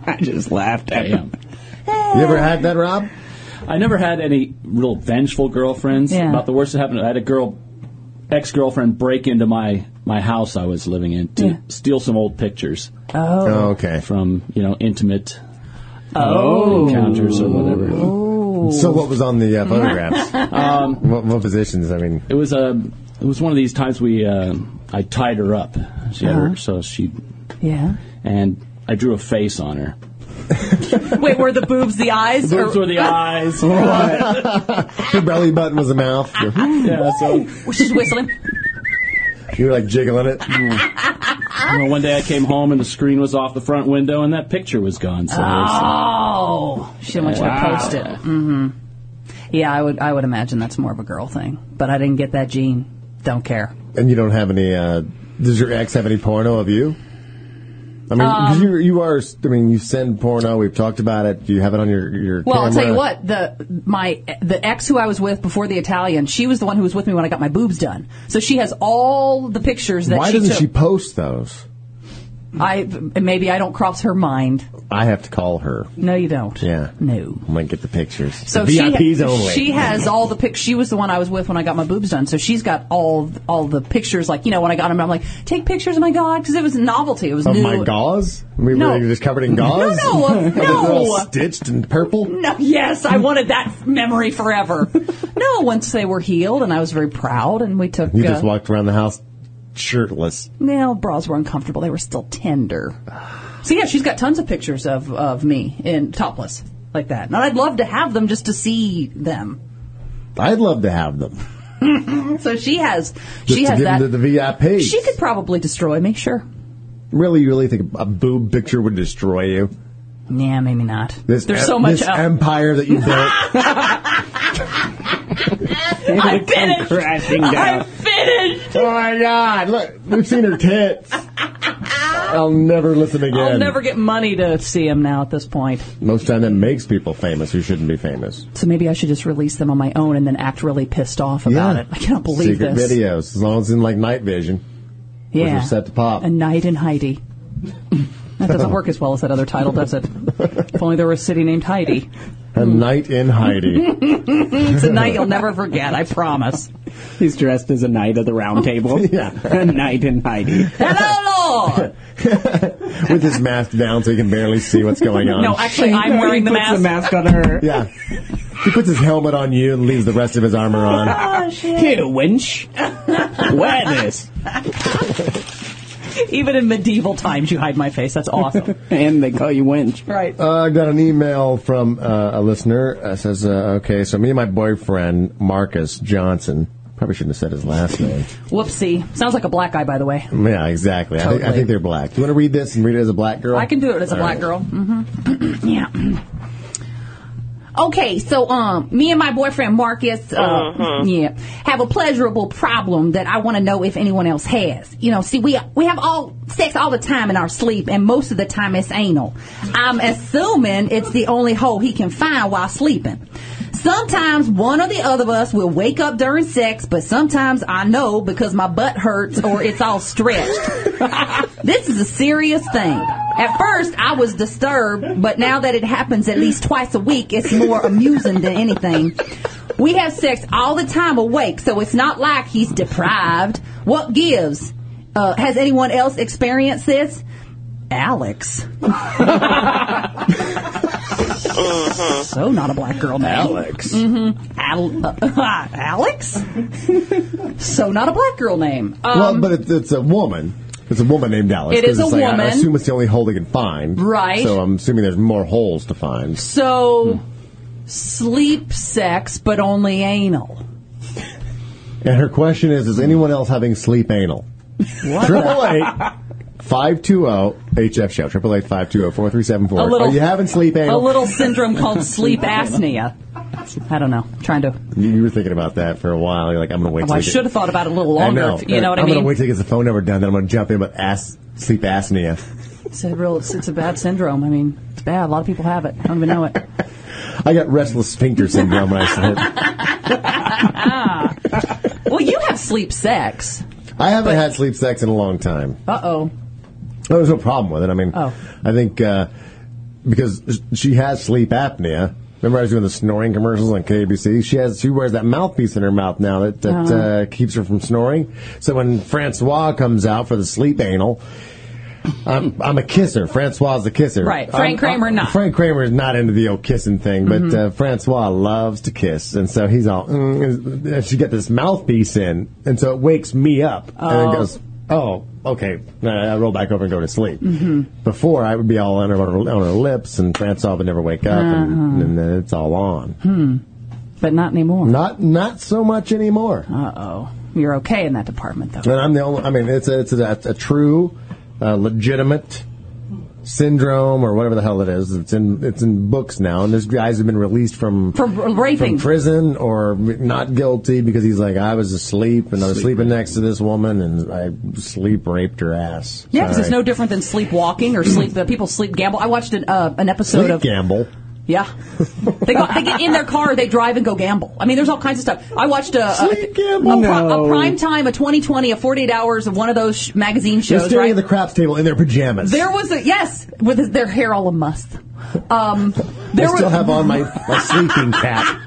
[SPEAKER 6] I just laughed at him.
[SPEAKER 2] You ever had that, Rob?
[SPEAKER 5] I never had any real vengeful girlfriends.
[SPEAKER 4] Yeah.
[SPEAKER 5] About the worst that happened, I had a girl, ex girlfriend, break into my my house I was living in to
[SPEAKER 4] Yeah.
[SPEAKER 5] steal some old pictures
[SPEAKER 2] Oh, okay.
[SPEAKER 5] from you know intimate oh. encounters or whatever.
[SPEAKER 2] So what was on the uh, photographs?
[SPEAKER 4] Um,
[SPEAKER 2] what, what positions? I mean,
[SPEAKER 5] It was a it was one of these times we uh, I tied her up, she had her, so she
[SPEAKER 4] Yeah.
[SPEAKER 5] and I drew a face on her.
[SPEAKER 4] Wait, were the boobs the eyes?
[SPEAKER 5] Those
[SPEAKER 4] or,
[SPEAKER 5] were the eyes.
[SPEAKER 2] your belly button was a mouth. You're,
[SPEAKER 5] yeah, so
[SPEAKER 4] she's whistling.
[SPEAKER 2] you're like jiggling it.
[SPEAKER 5] you know, one day I came home and the screen was off the front window and that picture was gone. So
[SPEAKER 4] Oh, she didn't want you to post it. Mm-hmm. Yeah, I would. I would imagine that's more of a girl thing. But I didn't get that gene. Don't care.
[SPEAKER 2] And you don't have any. Uh, does your ex have any porno of you? I mean, 'cause you you are. I mean, you send porno. We've talked about it. You have it on your your.
[SPEAKER 4] Well, I'll tell you
[SPEAKER 2] camera.
[SPEAKER 4] what the my the ex who I was with before the Italian, she was the one who was with me when I got my boobs done. So she has all the pictures that
[SPEAKER 2] Why
[SPEAKER 4] she
[SPEAKER 2] doesn't
[SPEAKER 4] took.
[SPEAKER 2] she post those?
[SPEAKER 4] I maybe I don't cross her mind.
[SPEAKER 2] I have to call her.
[SPEAKER 4] No, you don't.
[SPEAKER 2] Yeah.
[SPEAKER 4] No.
[SPEAKER 2] I might get the pictures.
[SPEAKER 4] So
[SPEAKER 2] The VIPs
[SPEAKER 4] she,
[SPEAKER 2] only.
[SPEAKER 4] she has all the pic. She was the one I was with when I got my boobs done. So she's got all all the pictures. Like you know, when I got them, I'm like, take pictures of my god because it was a novelty. It was
[SPEAKER 2] of
[SPEAKER 4] new.
[SPEAKER 2] my gauze? I mean,
[SPEAKER 4] No.
[SPEAKER 2] were they just covered in gauze?
[SPEAKER 4] No, no,
[SPEAKER 2] Are they all
[SPEAKER 4] no.
[SPEAKER 2] stitched in purple?
[SPEAKER 4] No, yes, I wanted that memory forever. no, once they were healed, and I was very proud, and we took.
[SPEAKER 2] You just
[SPEAKER 4] uh,
[SPEAKER 2] walked around the house shirtless.
[SPEAKER 4] Well, bras were uncomfortable. They were still tender. So yeah, she's got tons of pictures of of me in topless like that, and I'd love to have them just to see them.
[SPEAKER 2] I'd love to have them.
[SPEAKER 4] So she has,
[SPEAKER 2] Just
[SPEAKER 4] she
[SPEAKER 2] to
[SPEAKER 4] has
[SPEAKER 2] give
[SPEAKER 4] that.
[SPEAKER 2] them to the VIPs.
[SPEAKER 4] she could probably destroy me, sure.
[SPEAKER 2] Really, you really think a boob picture would destroy you?
[SPEAKER 4] Yeah, maybe not.
[SPEAKER 2] This
[SPEAKER 4] There's
[SPEAKER 2] em-
[SPEAKER 4] so much
[SPEAKER 2] this
[SPEAKER 4] out.
[SPEAKER 2] empire that you built.
[SPEAKER 4] I'm finished.
[SPEAKER 6] Crashing down.
[SPEAKER 4] I'm finished.
[SPEAKER 2] oh my God! Look, we've seen her tits. I'll never listen again.
[SPEAKER 4] I'll never get money to see him now at this point.
[SPEAKER 2] Most time that makes people famous who shouldn't be famous.
[SPEAKER 4] So maybe I should just release them on my own and then act really pissed off about it. I cannot believe
[SPEAKER 2] Secret
[SPEAKER 4] this.
[SPEAKER 2] videos, as long as it's in like night vision.
[SPEAKER 4] Yeah.
[SPEAKER 2] Which are set to pop.
[SPEAKER 4] A Night in Heidi. that doesn't work as well as that other title, does it? if only there were a city named Heidi.
[SPEAKER 2] A night in Heidi.
[SPEAKER 4] It's a night you'll never forget, I promise.
[SPEAKER 6] He's dressed as a knight of the round table.
[SPEAKER 2] Yeah.
[SPEAKER 6] a knight in Heidi.
[SPEAKER 4] Hello, Lord!
[SPEAKER 2] With his mask down so he can barely see what's going on.
[SPEAKER 4] No, actually, I'm wearing the
[SPEAKER 6] He puts
[SPEAKER 4] mask.
[SPEAKER 6] the mask on her.
[SPEAKER 2] yeah. He puts his helmet on you and leaves the rest of his armor on.
[SPEAKER 6] Here, wench. Wear this.
[SPEAKER 4] Even in medieval times, you hide my face. That's awesome.
[SPEAKER 6] And they call you wench.
[SPEAKER 4] right.
[SPEAKER 2] Uh, I got an email from uh, a listener. Uh, says, uh, okay, so me and my boyfriend, Marcus Johnson, probably shouldn't have said his last name.
[SPEAKER 4] Whoopsie. Sounds like a black guy, by the way.
[SPEAKER 2] Yeah, exactly. I, think, I
[SPEAKER 4] Totally.
[SPEAKER 2] think they're black. Do you want to read this and read it as a black girl?
[SPEAKER 4] I can do it as a
[SPEAKER 2] All
[SPEAKER 4] black
[SPEAKER 2] right.
[SPEAKER 4] girl. Mm-hmm. yeah. Okay, so um, me and my boyfriend Marcus, uh, yeah, have a pleasurable problem that I want to know if anyone else has. You know, see, we we have all sex all the time in our sleep, and most of the time it's anal. I'm assuming it's the only hole he can find while sleeping. Sometimes one or the other of us will wake up during sex, but sometimes I know because my butt hurts or it's all stretched. This is a serious thing. At first, I was disturbed, but now that it happens at least twice a week, it's more amusing than anything. We have sex all the time awake, so it's not like he's deprived. What gives? Uh, has anyone else experienced this? Alex. so not a black girl name.
[SPEAKER 2] Alex.
[SPEAKER 4] Al- Alex? so not a black girl name. Um,
[SPEAKER 2] Well, but it's, it's a woman. It's a woman named Alex.
[SPEAKER 4] It is
[SPEAKER 2] 'cause it's
[SPEAKER 4] a
[SPEAKER 2] like, I- I
[SPEAKER 4] woman.
[SPEAKER 2] assume it's the only hole they can find.
[SPEAKER 4] Right.
[SPEAKER 2] So I'm assuming there's more holes to find.
[SPEAKER 4] So, sleep sex, but only anal.
[SPEAKER 2] And her question is: Is anyone else having sleep anal? Triple eight. 520-HF show, oh, 888-520-4374.
[SPEAKER 4] A little-
[SPEAKER 2] Are you having sleep
[SPEAKER 4] A
[SPEAKER 2] anal?
[SPEAKER 4] little syndrome called sleep apnea. I don't know. Trying to.
[SPEAKER 2] You, you were thinking about that for a while. You're like, I'm going to wait
[SPEAKER 4] Well, I
[SPEAKER 2] till you
[SPEAKER 4] should have thought about it a little longer.
[SPEAKER 2] I know.
[SPEAKER 4] if- you know what I
[SPEAKER 2] I'm
[SPEAKER 4] mean?
[SPEAKER 2] going to wait till he gets the phone number done, then I'm going to jump in with ass, sleep apnea.
[SPEAKER 4] It's a real. It's, it's a bad syndrome. I mean, it's bad. A lot of people have it. I don't even know it.
[SPEAKER 2] I got restless sphincter syndrome when I sleep.
[SPEAKER 4] Well, you have sleep sex.
[SPEAKER 2] I haven't had sleep sex in a long time.
[SPEAKER 4] Uh oh.
[SPEAKER 2] There was no problem with it. I mean,
[SPEAKER 4] Oh.
[SPEAKER 2] I think uh, because she has sleep apnea. Remember, I was doing the snoring commercials on KBC. She has she wears that mouthpiece in her mouth now that that
[SPEAKER 4] Uh-huh.
[SPEAKER 2] uh keeps her from snoring. So when Francois comes out for the sleep anal. I'm, I'm a kisser. Francois is a kisser.
[SPEAKER 4] Right. Frank
[SPEAKER 2] I'm-
[SPEAKER 4] Kramer
[SPEAKER 2] I'm-
[SPEAKER 4] not. Mm-hmm.
[SPEAKER 2] Frank Kramer is not into the old kissing thing, but uh, Francois loves to kiss, and so he's all. Mm, and she got this mouthpiece in, and so it wakes me up, and it goes, "Oh, okay." And I I roll back over and go to sleep.
[SPEAKER 4] Mm-hmm.
[SPEAKER 2] Before I would be all on her, on her- on her lips, and Francois would never wake up,
[SPEAKER 4] Uh-huh.
[SPEAKER 2] and, and then it's all on.
[SPEAKER 4] Hmm. But not anymore.
[SPEAKER 2] Not not so much anymore.
[SPEAKER 4] Uh oh. You're okay in that department though.
[SPEAKER 2] And I'm the only. I mean, it's a, it's a, it's a true, uh, legitimate syndrome or whatever the hell it is. It's in it's in books now, and there's guys who've been released from
[SPEAKER 4] From
[SPEAKER 2] from
[SPEAKER 4] raping.
[SPEAKER 2] prison or not guilty because he's like, I was asleep and I was sleeping next to this woman and I sleep raped her ass.
[SPEAKER 4] yeah, because it's
[SPEAKER 2] Sorry.
[SPEAKER 4] no different than sleepwalking or sleep. The people sleep gamble. I watched an, uh, an episode
[SPEAKER 2] sleep
[SPEAKER 4] of
[SPEAKER 2] gamble.
[SPEAKER 4] Yeah, they go, they get in their car, they drive and go gamble. I mean, there's all kinds of stuff. I watched a
[SPEAKER 2] Sleep
[SPEAKER 4] a,
[SPEAKER 2] gamble.
[SPEAKER 4] a, pri-
[SPEAKER 6] No.
[SPEAKER 4] a prime time, a 2020, a 48 hours of one of those sh- magazine
[SPEAKER 2] They're
[SPEAKER 4] shows.
[SPEAKER 2] staring
[SPEAKER 4] Right
[SPEAKER 2] at the craps table in their pajamas.
[SPEAKER 4] there was a yes with his, their hair all a muss. Um, there
[SPEAKER 2] I
[SPEAKER 4] was
[SPEAKER 2] still have on my, my sleeping cap,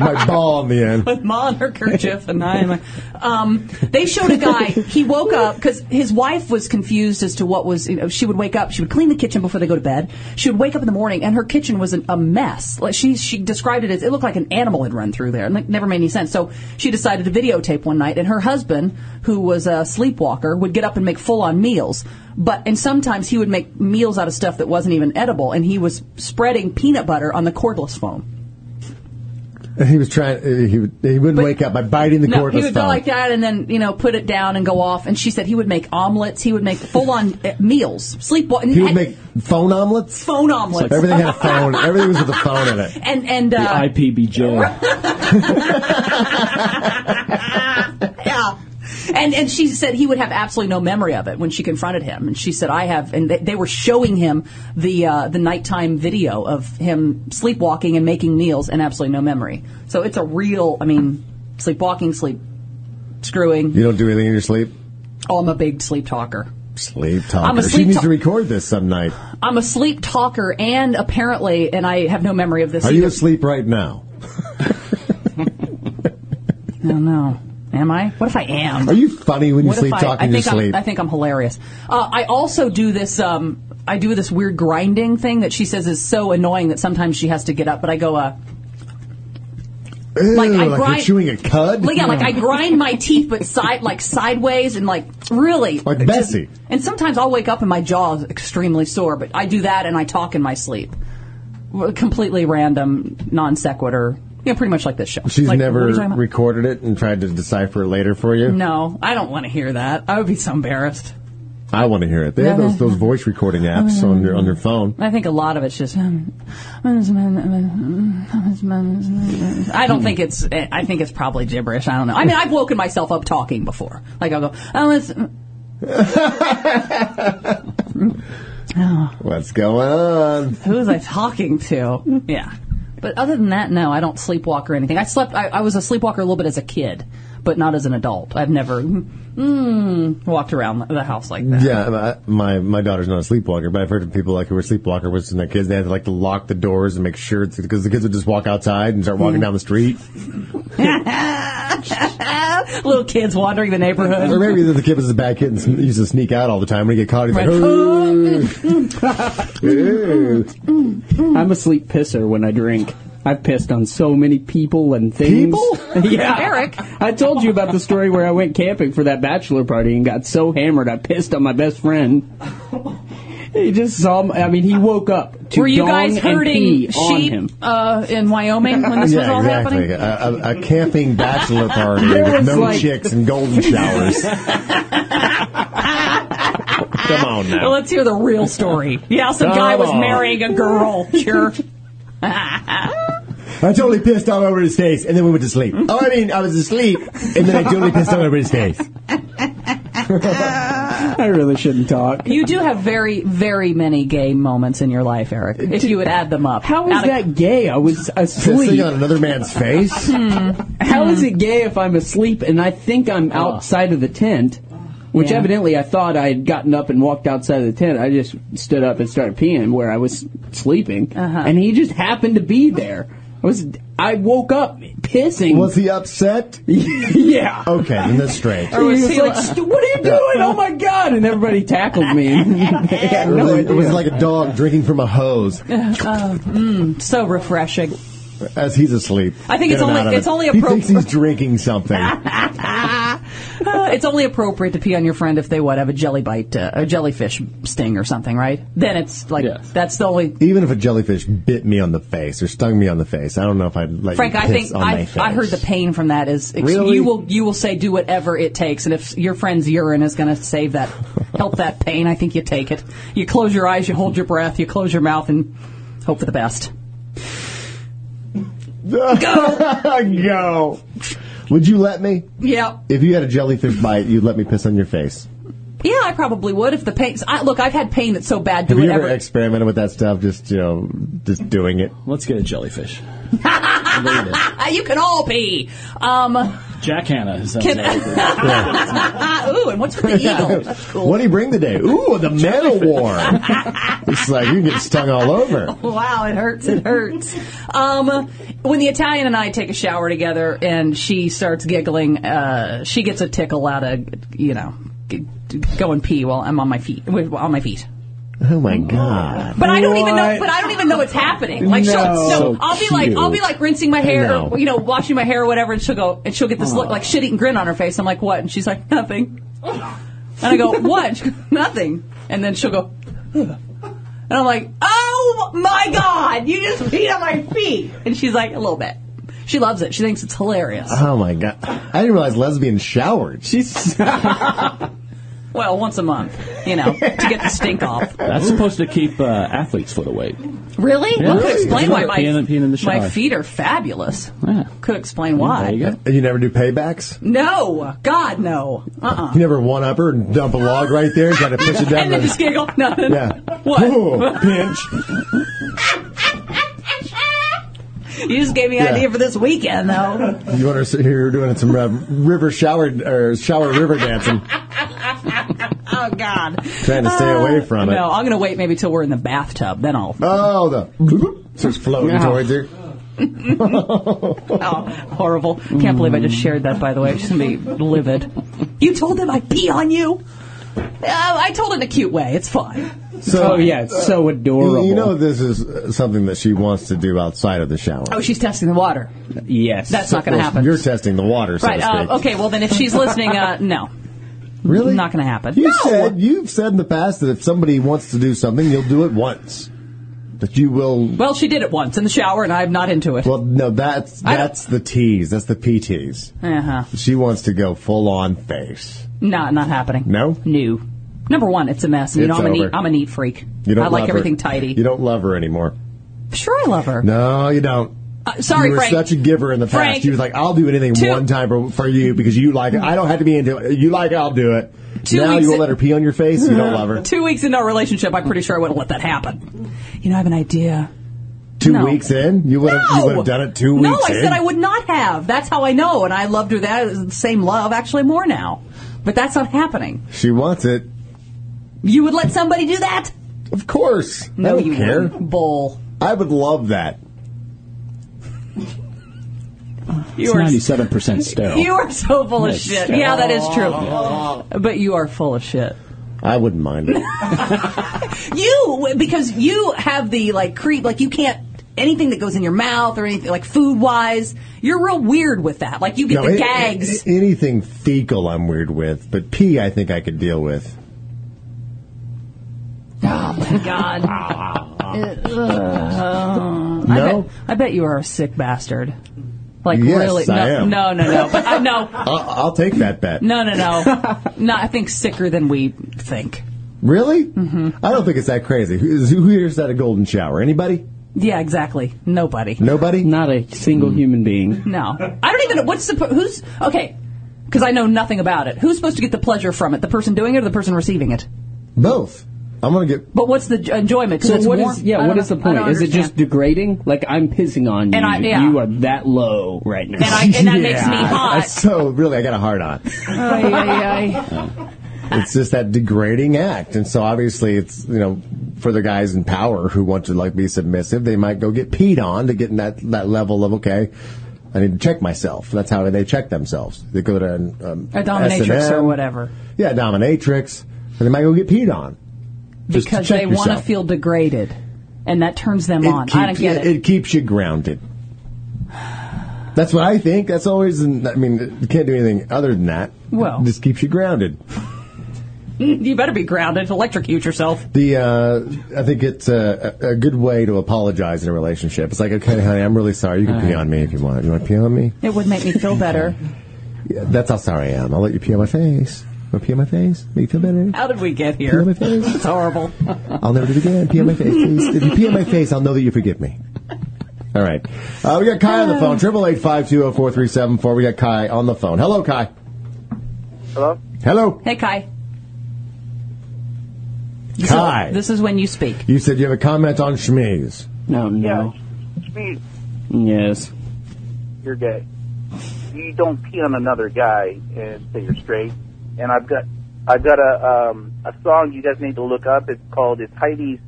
[SPEAKER 2] my ball on the end.
[SPEAKER 4] with Ma and her kerchief and I. And I. Um, they showed a guy. He woke up because his wife was confused as to what was. You know, she would wake up. She would clean the kitchen before they go to bed. She would wake up in the morning and her kitchen was an, a mess. Like she she described it as it looked like an animal had run through there and it never made any sense. So she decided to videotape one night. And her husband, who was a sleepwalker, would get up and make full on meals. But and sometimes he would make meals out of stuff that wasn't even edible. And he was spreading peanut butter on the cordless phone.
[SPEAKER 2] And he was trying. uh, He, would- he wouldn't wake up by biting the
[SPEAKER 4] No,
[SPEAKER 2] cordless
[SPEAKER 4] he would go
[SPEAKER 2] phone.
[SPEAKER 4] like that and then, you know, put it down and go off. And she said he would make omelets. He would make full on meals, sleep.
[SPEAKER 2] He would make phone omelets.
[SPEAKER 4] phone omelets.
[SPEAKER 2] Everything had a phone. Everything was with a phone in it.
[SPEAKER 4] and and uh,
[SPEAKER 5] IPBJ.
[SPEAKER 4] yeah. And and she said he would have absolutely no memory of it when she confronted him. And she said, "I have." And they, they were showing him the uh, the nighttime video of him sleepwalking and making meals, and absolutely no memory. So it's a real. I mean, sleepwalking, sleep screwing.
[SPEAKER 2] You don't do anything in your sleep?
[SPEAKER 4] Oh, I'm a big sleep talker.
[SPEAKER 2] Sleep talker.
[SPEAKER 4] I'm a
[SPEAKER 2] she
[SPEAKER 4] sleep
[SPEAKER 2] needs
[SPEAKER 4] ta-
[SPEAKER 2] to record this some night.
[SPEAKER 4] I'm a sleep talker, and apparently, and I have no memory of this.
[SPEAKER 2] Are
[SPEAKER 4] either.
[SPEAKER 2] you asleep right now?
[SPEAKER 4] I don't know. Am I? What if I am?
[SPEAKER 2] Are you funny when you
[SPEAKER 4] What if
[SPEAKER 2] sleep
[SPEAKER 4] I,
[SPEAKER 2] talk
[SPEAKER 4] I
[SPEAKER 2] in your
[SPEAKER 4] think
[SPEAKER 2] sleep?
[SPEAKER 4] I'm, I think I'm hilarious. Uh, I also do this. Um, I do this weird grinding thing that she says is so annoying that sometimes she has to get up. But I go, uh,
[SPEAKER 2] Ew,
[SPEAKER 4] like, I
[SPEAKER 2] you're
[SPEAKER 4] grind-
[SPEAKER 2] chewing a cud?
[SPEAKER 4] like, yeah, like I grind my teeth, but side like sideways and like really
[SPEAKER 2] Like
[SPEAKER 4] just-
[SPEAKER 2] Bessie.
[SPEAKER 4] and sometimes I'll wake up and my jaw is extremely sore. But I do that and I talk in my sleep. Well, Completely random, non sequitur. You know, pretty much like this show.
[SPEAKER 2] She's
[SPEAKER 4] Like, what
[SPEAKER 2] never
[SPEAKER 4] are you talking about?
[SPEAKER 2] recorded it and tried to decipher it later for you?
[SPEAKER 4] No, I don't want to hear that. I would be so embarrassed.
[SPEAKER 2] I want to hear it. They have those, those voice recording apps
[SPEAKER 4] Oh,
[SPEAKER 2] on your on your phone.
[SPEAKER 4] I think a lot of it's just. um, um." I don't think it's. I think it's probably gibberish. I don't know. I mean, I've woken myself up talking before. Like I'll go, oh, it's.
[SPEAKER 2] What's going on?
[SPEAKER 4] Who was I talking to? Yeah. But other than that, no, I don't sleepwalk or anything. I slept. I, I was a sleepwalker a little bit as a kid, but not as an adult. I've never mm, walked around the house like that.
[SPEAKER 2] Yeah, my- my my daughter's not a sleepwalker, but I've heard of people like who were sleepwalker with their kids. They had to like to lock the doors and make sure it's because the kids would just walk outside and start
[SPEAKER 4] Mm-hmm.
[SPEAKER 2] walking down the street.
[SPEAKER 4] Little kids wandering the neighborhood.
[SPEAKER 2] Or maybe the kid was a bad kid and sn- used to sneak out all the time. When he get caught, he's like,
[SPEAKER 4] Right.
[SPEAKER 2] "Ooh." Ooh.
[SPEAKER 6] I'm a sleep pisser when I drink. I've pissed on so many people and things.
[SPEAKER 2] People?
[SPEAKER 6] yeah.
[SPEAKER 4] Eric.
[SPEAKER 6] I told you about the story where I went camping for that bachelor party and got so hammered I pissed on my best friend. He just saw me. I mean, he woke up to
[SPEAKER 4] Were you
[SPEAKER 6] dong
[SPEAKER 4] guys
[SPEAKER 6] and pee
[SPEAKER 4] herding
[SPEAKER 6] on
[SPEAKER 4] sheep
[SPEAKER 6] him.
[SPEAKER 4] uh, in Wyoming when this was
[SPEAKER 2] Yeah,
[SPEAKER 4] all
[SPEAKER 2] exactly. A,
[SPEAKER 4] happening?
[SPEAKER 2] a, a camping bachelor party
[SPEAKER 6] There
[SPEAKER 2] with
[SPEAKER 6] was,
[SPEAKER 2] no
[SPEAKER 6] like-
[SPEAKER 2] chicks and golden showers. Come on
[SPEAKER 4] Well,
[SPEAKER 2] now.
[SPEAKER 4] let's hear the real story. Yeah, some
[SPEAKER 2] Come
[SPEAKER 4] guy was
[SPEAKER 6] Oh.
[SPEAKER 2] on.
[SPEAKER 4] marrying a girl. Sure.
[SPEAKER 2] I totally pissed all over his face, and then we went to sleep. Oh, I mean, I was asleep, and then I totally pissed all over his face.
[SPEAKER 6] I really shouldn't talk.
[SPEAKER 4] You do have very, very many gay moments in your life, Eric. If you would add them up,
[SPEAKER 6] How is
[SPEAKER 4] Out of-
[SPEAKER 6] that gay? I was
[SPEAKER 2] Pissing on
[SPEAKER 6] asleep.
[SPEAKER 2] another man's face?
[SPEAKER 6] How is it gay if I'm asleep and I think I'm
[SPEAKER 2] Ah.
[SPEAKER 6] outside of the tent? Which
[SPEAKER 4] Yeah.
[SPEAKER 6] evidently I thought I had gotten up and walked outside of the tent. I just stood up and started peeing where I was sleeping, and he just happened to be there. I was I woke up pissing.
[SPEAKER 2] Was he upset?
[SPEAKER 6] yeah.
[SPEAKER 2] Okay, then that's straight.
[SPEAKER 6] He was
[SPEAKER 4] he
[SPEAKER 6] like, "St- "What are you doing? Oh my god!" And everybody tackled me.
[SPEAKER 2] It was, like, it was like a dog drinking from a hose
[SPEAKER 4] so refreshing?
[SPEAKER 2] as he's asleep.
[SPEAKER 4] I think
[SPEAKER 2] Get
[SPEAKER 4] it's
[SPEAKER 2] him
[SPEAKER 4] only-
[SPEAKER 2] out of
[SPEAKER 4] it's
[SPEAKER 2] it.
[SPEAKER 4] only
[SPEAKER 2] He thinks
[SPEAKER 4] appropri-
[SPEAKER 2] he's drinking something.
[SPEAKER 4] Uh, it's only appropriate to pee on your friend if they what have a jelly bite, uh, a jellyfish sting or something, right? Then it's like
[SPEAKER 6] Yes.
[SPEAKER 4] that's the only.
[SPEAKER 2] Even if a jellyfish bit me on the face or stung me on the face, I don't know if I'd let
[SPEAKER 4] Frank,
[SPEAKER 2] you
[SPEAKER 4] I
[SPEAKER 2] piss
[SPEAKER 4] think
[SPEAKER 2] on my
[SPEAKER 4] I,
[SPEAKER 2] face.
[SPEAKER 4] I heard the pain from that is ex-
[SPEAKER 2] Really?
[SPEAKER 4] you will you will say do whatever it takes, and if your friend's urine is going to save that, help that pain, I think you take it. You close your eyes, you hold your breath, you close your mouth, and hope for the best.
[SPEAKER 2] Go. Would you let me?
[SPEAKER 4] Yeah,
[SPEAKER 2] If you had a jellyfish bite, you'd let me piss on your face.
[SPEAKER 4] yeah, I probably would if the pain. I, look, I've had pain that's so bad. Do
[SPEAKER 2] Have you
[SPEAKER 4] whatever.
[SPEAKER 2] ever experimented with that stuff? Just you know, just doing it.
[SPEAKER 5] Let's get a jellyfish. I believe it.
[SPEAKER 4] Ah, you can all pee. Um,
[SPEAKER 5] Jack Hanna. who sounds
[SPEAKER 4] Can-
[SPEAKER 5] like it.
[SPEAKER 4] ah, ooh, and what's with the eagle? Oh, That's cool.
[SPEAKER 2] What do you bring today? Ooh, the man of war. it's like you get stung all over.
[SPEAKER 4] Wow, it hurts. It hurts. Um, when the Italian and I take a shower together and she starts giggling, uh, she gets a tickle out of, you know, g- g- go and pee while I'm on my feet, wi- on my feet.
[SPEAKER 2] Oh my god.
[SPEAKER 4] But I don't even know,
[SPEAKER 6] What?
[SPEAKER 4] but I don't even know it's happening. Like,
[SPEAKER 6] No.
[SPEAKER 4] she'll,
[SPEAKER 6] So
[SPEAKER 4] so I'll be like, I'll be
[SPEAKER 2] cute.
[SPEAKER 4] like rinsing my
[SPEAKER 2] I
[SPEAKER 4] hair
[SPEAKER 2] know.
[SPEAKER 4] or, you know, washing my hair or whatever. And she'll go, and she'll get this look like shit eating grin on her face. I'm like, what? And she's like, nothing. And I go, what? And she goes, nothing. And then she'll go, And I'm like, oh my God, you just peed on my feet. And she's like, a little bit. She loves it. She thinks it's hilarious.
[SPEAKER 2] Oh my god. I didn't realize lesbians showered.
[SPEAKER 6] She's
[SPEAKER 4] Well, once a month, you know, to get the stink off.
[SPEAKER 5] That's supposed to keep uh, athletes foot awake.
[SPEAKER 4] Really?
[SPEAKER 5] Yeah.
[SPEAKER 4] Well, could explain why my,
[SPEAKER 5] Peeing in- peeing in the
[SPEAKER 4] my
[SPEAKER 5] shower.
[SPEAKER 4] feet are fabulous.
[SPEAKER 5] Yeah.
[SPEAKER 4] Could explain
[SPEAKER 5] There
[SPEAKER 4] why.
[SPEAKER 5] you go.
[SPEAKER 2] You never do paybacks?
[SPEAKER 4] No, God, no. Uh-uh.
[SPEAKER 2] You never one upper and dump a log right there? Got to push it down
[SPEAKER 4] And then
[SPEAKER 2] the.
[SPEAKER 4] just giggle. No, no, no.
[SPEAKER 2] yeah.
[SPEAKER 4] What?
[SPEAKER 2] Ooh, pinch.
[SPEAKER 4] You just gave me an
[SPEAKER 2] Yeah.
[SPEAKER 4] idea for this weekend, though.
[SPEAKER 2] You want to sit here doing some uh, river shower or shower river dancing,
[SPEAKER 4] Oh, God. Oh,
[SPEAKER 2] trying to stay away from it.
[SPEAKER 4] No, I'm going to wait maybe till we're in the bathtub. Then I'll.
[SPEAKER 2] Oh, the bloop, so it's floating
[SPEAKER 6] Yeah.
[SPEAKER 2] towards her.
[SPEAKER 4] Oh, horrible. Can't believe I just shared that, by the way. She's going to be livid. You told them I pee on you? Uh, I told it in a cute way. It's fine.
[SPEAKER 2] So
[SPEAKER 6] Oh yeah, it's so adorable.
[SPEAKER 2] You know this is uh, something that she wants to do outside of the shower.
[SPEAKER 4] Oh, she's testing the water.
[SPEAKER 6] yes,
[SPEAKER 4] That's not going to
[SPEAKER 2] Well,
[SPEAKER 4] happen.
[SPEAKER 2] You're testing the water, so
[SPEAKER 4] Right.
[SPEAKER 2] to speak.
[SPEAKER 4] Uh, okay. Well, then, if she's listening, uh, no,
[SPEAKER 2] Really?
[SPEAKER 4] not going to happen.
[SPEAKER 2] You
[SPEAKER 4] no.
[SPEAKER 2] said you've said in the past that if somebody wants to do something, you'll do it once. That you will.
[SPEAKER 4] well, she did it once in the shower, and I'm not into it.
[SPEAKER 2] Well, no, that's
[SPEAKER 4] I don't-
[SPEAKER 2] that's the tease. That's the PTs.
[SPEAKER 4] uh-huh.
[SPEAKER 2] She wants to go full on face.
[SPEAKER 4] Not, not happening.
[SPEAKER 2] No?
[SPEAKER 4] No. Number one, it's a mess. and You know,
[SPEAKER 2] It's
[SPEAKER 4] I'm a neat,
[SPEAKER 2] over.
[SPEAKER 4] I'm a neat freak.
[SPEAKER 2] You don't
[SPEAKER 4] I like
[SPEAKER 2] love
[SPEAKER 4] everything
[SPEAKER 2] her.
[SPEAKER 4] tidy.
[SPEAKER 2] You don't love her anymore.
[SPEAKER 4] sure, I love her.
[SPEAKER 2] No, you don't.
[SPEAKER 4] Uh, sorry,
[SPEAKER 2] you were
[SPEAKER 4] Frank.
[SPEAKER 2] such a giver in the past.
[SPEAKER 4] Frank.
[SPEAKER 2] you was like, "I'll do anything
[SPEAKER 4] Two-
[SPEAKER 2] one time for, for you because you like it. I don't have to be into it. You like, it, I'll do it."
[SPEAKER 4] Two
[SPEAKER 2] now
[SPEAKER 4] weeks
[SPEAKER 2] you won't
[SPEAKER 4] in-
[SPEAKER 2] let her pee on your face. You don't love her.
[SPEAKER 4] Two weeks into our relationship, I'm pretty sure I wouldn't let that happen. You know, I have an idea.
[SPEAKER 2] Two
[SPEAKER 4] No.
[SPEAKER 2] weeks in, you would have you
[SPEAKER 4] No!
[SPEAKER 2] would have done it two weeks.
[SPEAKER 4] No, I
[SPEAKER 2] in.
[SPEAKER 4] said I would not have. That's how I know, and I loved her that same love, actually more now. But that's not happening.
[SPEAKER 2] She wants it.
[SPEAKER 4] You would let somebody do that?
[SPEAKER 2] Of course. I
[SPEAKER 4] No,
[SPEAKER 2] don't
[SPEAKER 4] you
[SPEAKER 2] care.
[SPEAKER 4] wouldn't. Bull.
[SPEAKER 2] I would love that.
[SPEAKER 4] You
[SPEAKER 5] It's
[SPEAKER 4] are
[SPEAKER 5] ninety-seven percent sterile.
[SPEAKER 4] You are so full of
[SPEAKER 5] That's
[SPEAKER 4] shit.
[SPEAKER 5] terrible.
[SPEAKER 4] Yeah, that is true. But you are full of shit.
[SPEAKER 2] I wouldn't mind it.
[SPEAKER 4] You because you have the like creep like you can't anything that goes in your mouth or anything like food wise, you're real weird with that. Like you get the
[SPEAKER 2] it- it-
[SPEAKER 4] gags.
[SPEAKER 2] anything fecal, I'm weird with, but pee, I think I could deal with.
[SPEAKER 4] God. I,
[SPEAKER 2] No,
[SPEAKER 4] bet, I bet you are a sick bastard. Like
[SPEAKER 2] Yes,
[SPEAKER 4] really no,
[SPEAKER 2] I am.
[SPEAKER 4] no no no but I, no
[SPEAKER 2] I'll, I'll take that bet.
[SPEAKER 4] no no no no I think sicker than we think.
[SPEAKER 2] Really? Mm-hmm. I don't think it's that crazy. Who, who here's that a golden shower? Anybody?
[SPEAKER 4] Yeah, exactly. Nobody.
[SPEAKER 2] Nobody?
[SPEAKER 6] not a single human being.
[SPEAKER 4] No, I don't even. know What's the who's okay? Because I know nothing about it. Who's supposed to get the pleasure from it? The person doing it or the person receiving it?
[SPEAKER 2] Both. I'm gonna get.
[SPEAKER 4] But what's the j- enjoyment? 'Cause
[SPEAKER 6] So
[SPEAKER 4] it's
[SPEAKER 6] what
[SPEAKER 4] warm-
[SPEAKER 6] is yeah?
[SPEAKER 4] I don't
[SPEAKER 6] What is
[SPEAKER 4] know.
[SPEAKER 6] the
[SPEAKER 4] I
[SPEAKER 6] point?
[SPEAKER 4] don't
[SPEAKER 6] Is it just
[SPEAKER 4] understand.
[SPEAKER 6] degrading? Like I'm pissing on you.
[SPEAKER 4] And I- yeah.
[SPEAKER 6] You are that low right now.
[SPEAKER 4] And, I, and that makes me
[SPEAKER 2] Yeah.
[SPEAKER 4] hot.
[SPEAKER 2] So really, I got a hard on.
[SPEAKER 4] Ay, ay, ay.
[SPEAKER 2] it's just that degrading act, and so obviously, it's you know, for the guys in power who want to like be submissive, they might go get peed on to get in that that level of okay. I need to check myself. That's how they check themselves. They go to an, um,
[SPEAKER 4] A dominatrix
[SPEAKER 2] S&M.
[SPEAKER 4] or whatever.
[SPEAKER 2] Yeah, dominatrix, and they might go get peed on Just to
[SPEAKER 4] because
[SPEAKER 2] check
[SPEAKER 4] they want to
[SPEAKER 2] yourself.
[SPEAKER 4] feel degraded, and that turns them
[SPEAKER 2] It
[SPEAKER 4] on. I don't
[SPEAKER 2] keeps-
[SPEAKER 4] get it.
[SPEAKER 2] It keeps you grounded. That's what I think. That's always. I mean, you can't do anything other than that.
[SPEAKER 4] Well.
[SPEAKER 2] it just keeps you grounded.
[SPEAKER 4] you better be grounded. Electrocute yourself.
[SPEAKER 2] The uh, I think it's a, a a good way to apologize in a relationship. It's like, okay, honey, I'm really sorry. You can
[SPEAKER 4] Uh-huh.
[SPEAKER 2] pee on me if you want. You want to pee on me?
[SPEAKER 4] It would make me feel better.
[SPEAKER 2] Yeah, that's how sorry I am. I'll let you pee on my face. Want to pee on my face? Make you feel better?
[SPEAKER 4] How did we get
[SPEAKER 2] Pee on my
[SPEAKER 4] here?
[SPEAKER 2] face.
[SPEAKER 4] It's horrible.
[SPEAKER 2] I'll never do it again. Pee on my face, please. If you pee on my face, I'll know that you forgive me. All right. Uh, we got Kai on the phone. Triple eight five two zero four three seven four. We got Kai on the phone. Hello, Kai.
[SPEAKER 7] Hello?
[SPEAKER 2] Hello,
[SPEAKER 4] Hey, Kai.
[SPEAKER 2] Kai.
[SPEAKER 4] This is when you speak.
[SPEAKER 2] you said you have a comment on Schmees.
[SPEAKER 6] no, no.
[SPEAKER 7] Speed.
[SPEAKER 6] Yes.
[SPEAKER 7] You're gay. You don't pee on another guy and say you're straight. And I've got I've got a um a song you guys need to look up. It's called It's Heidi's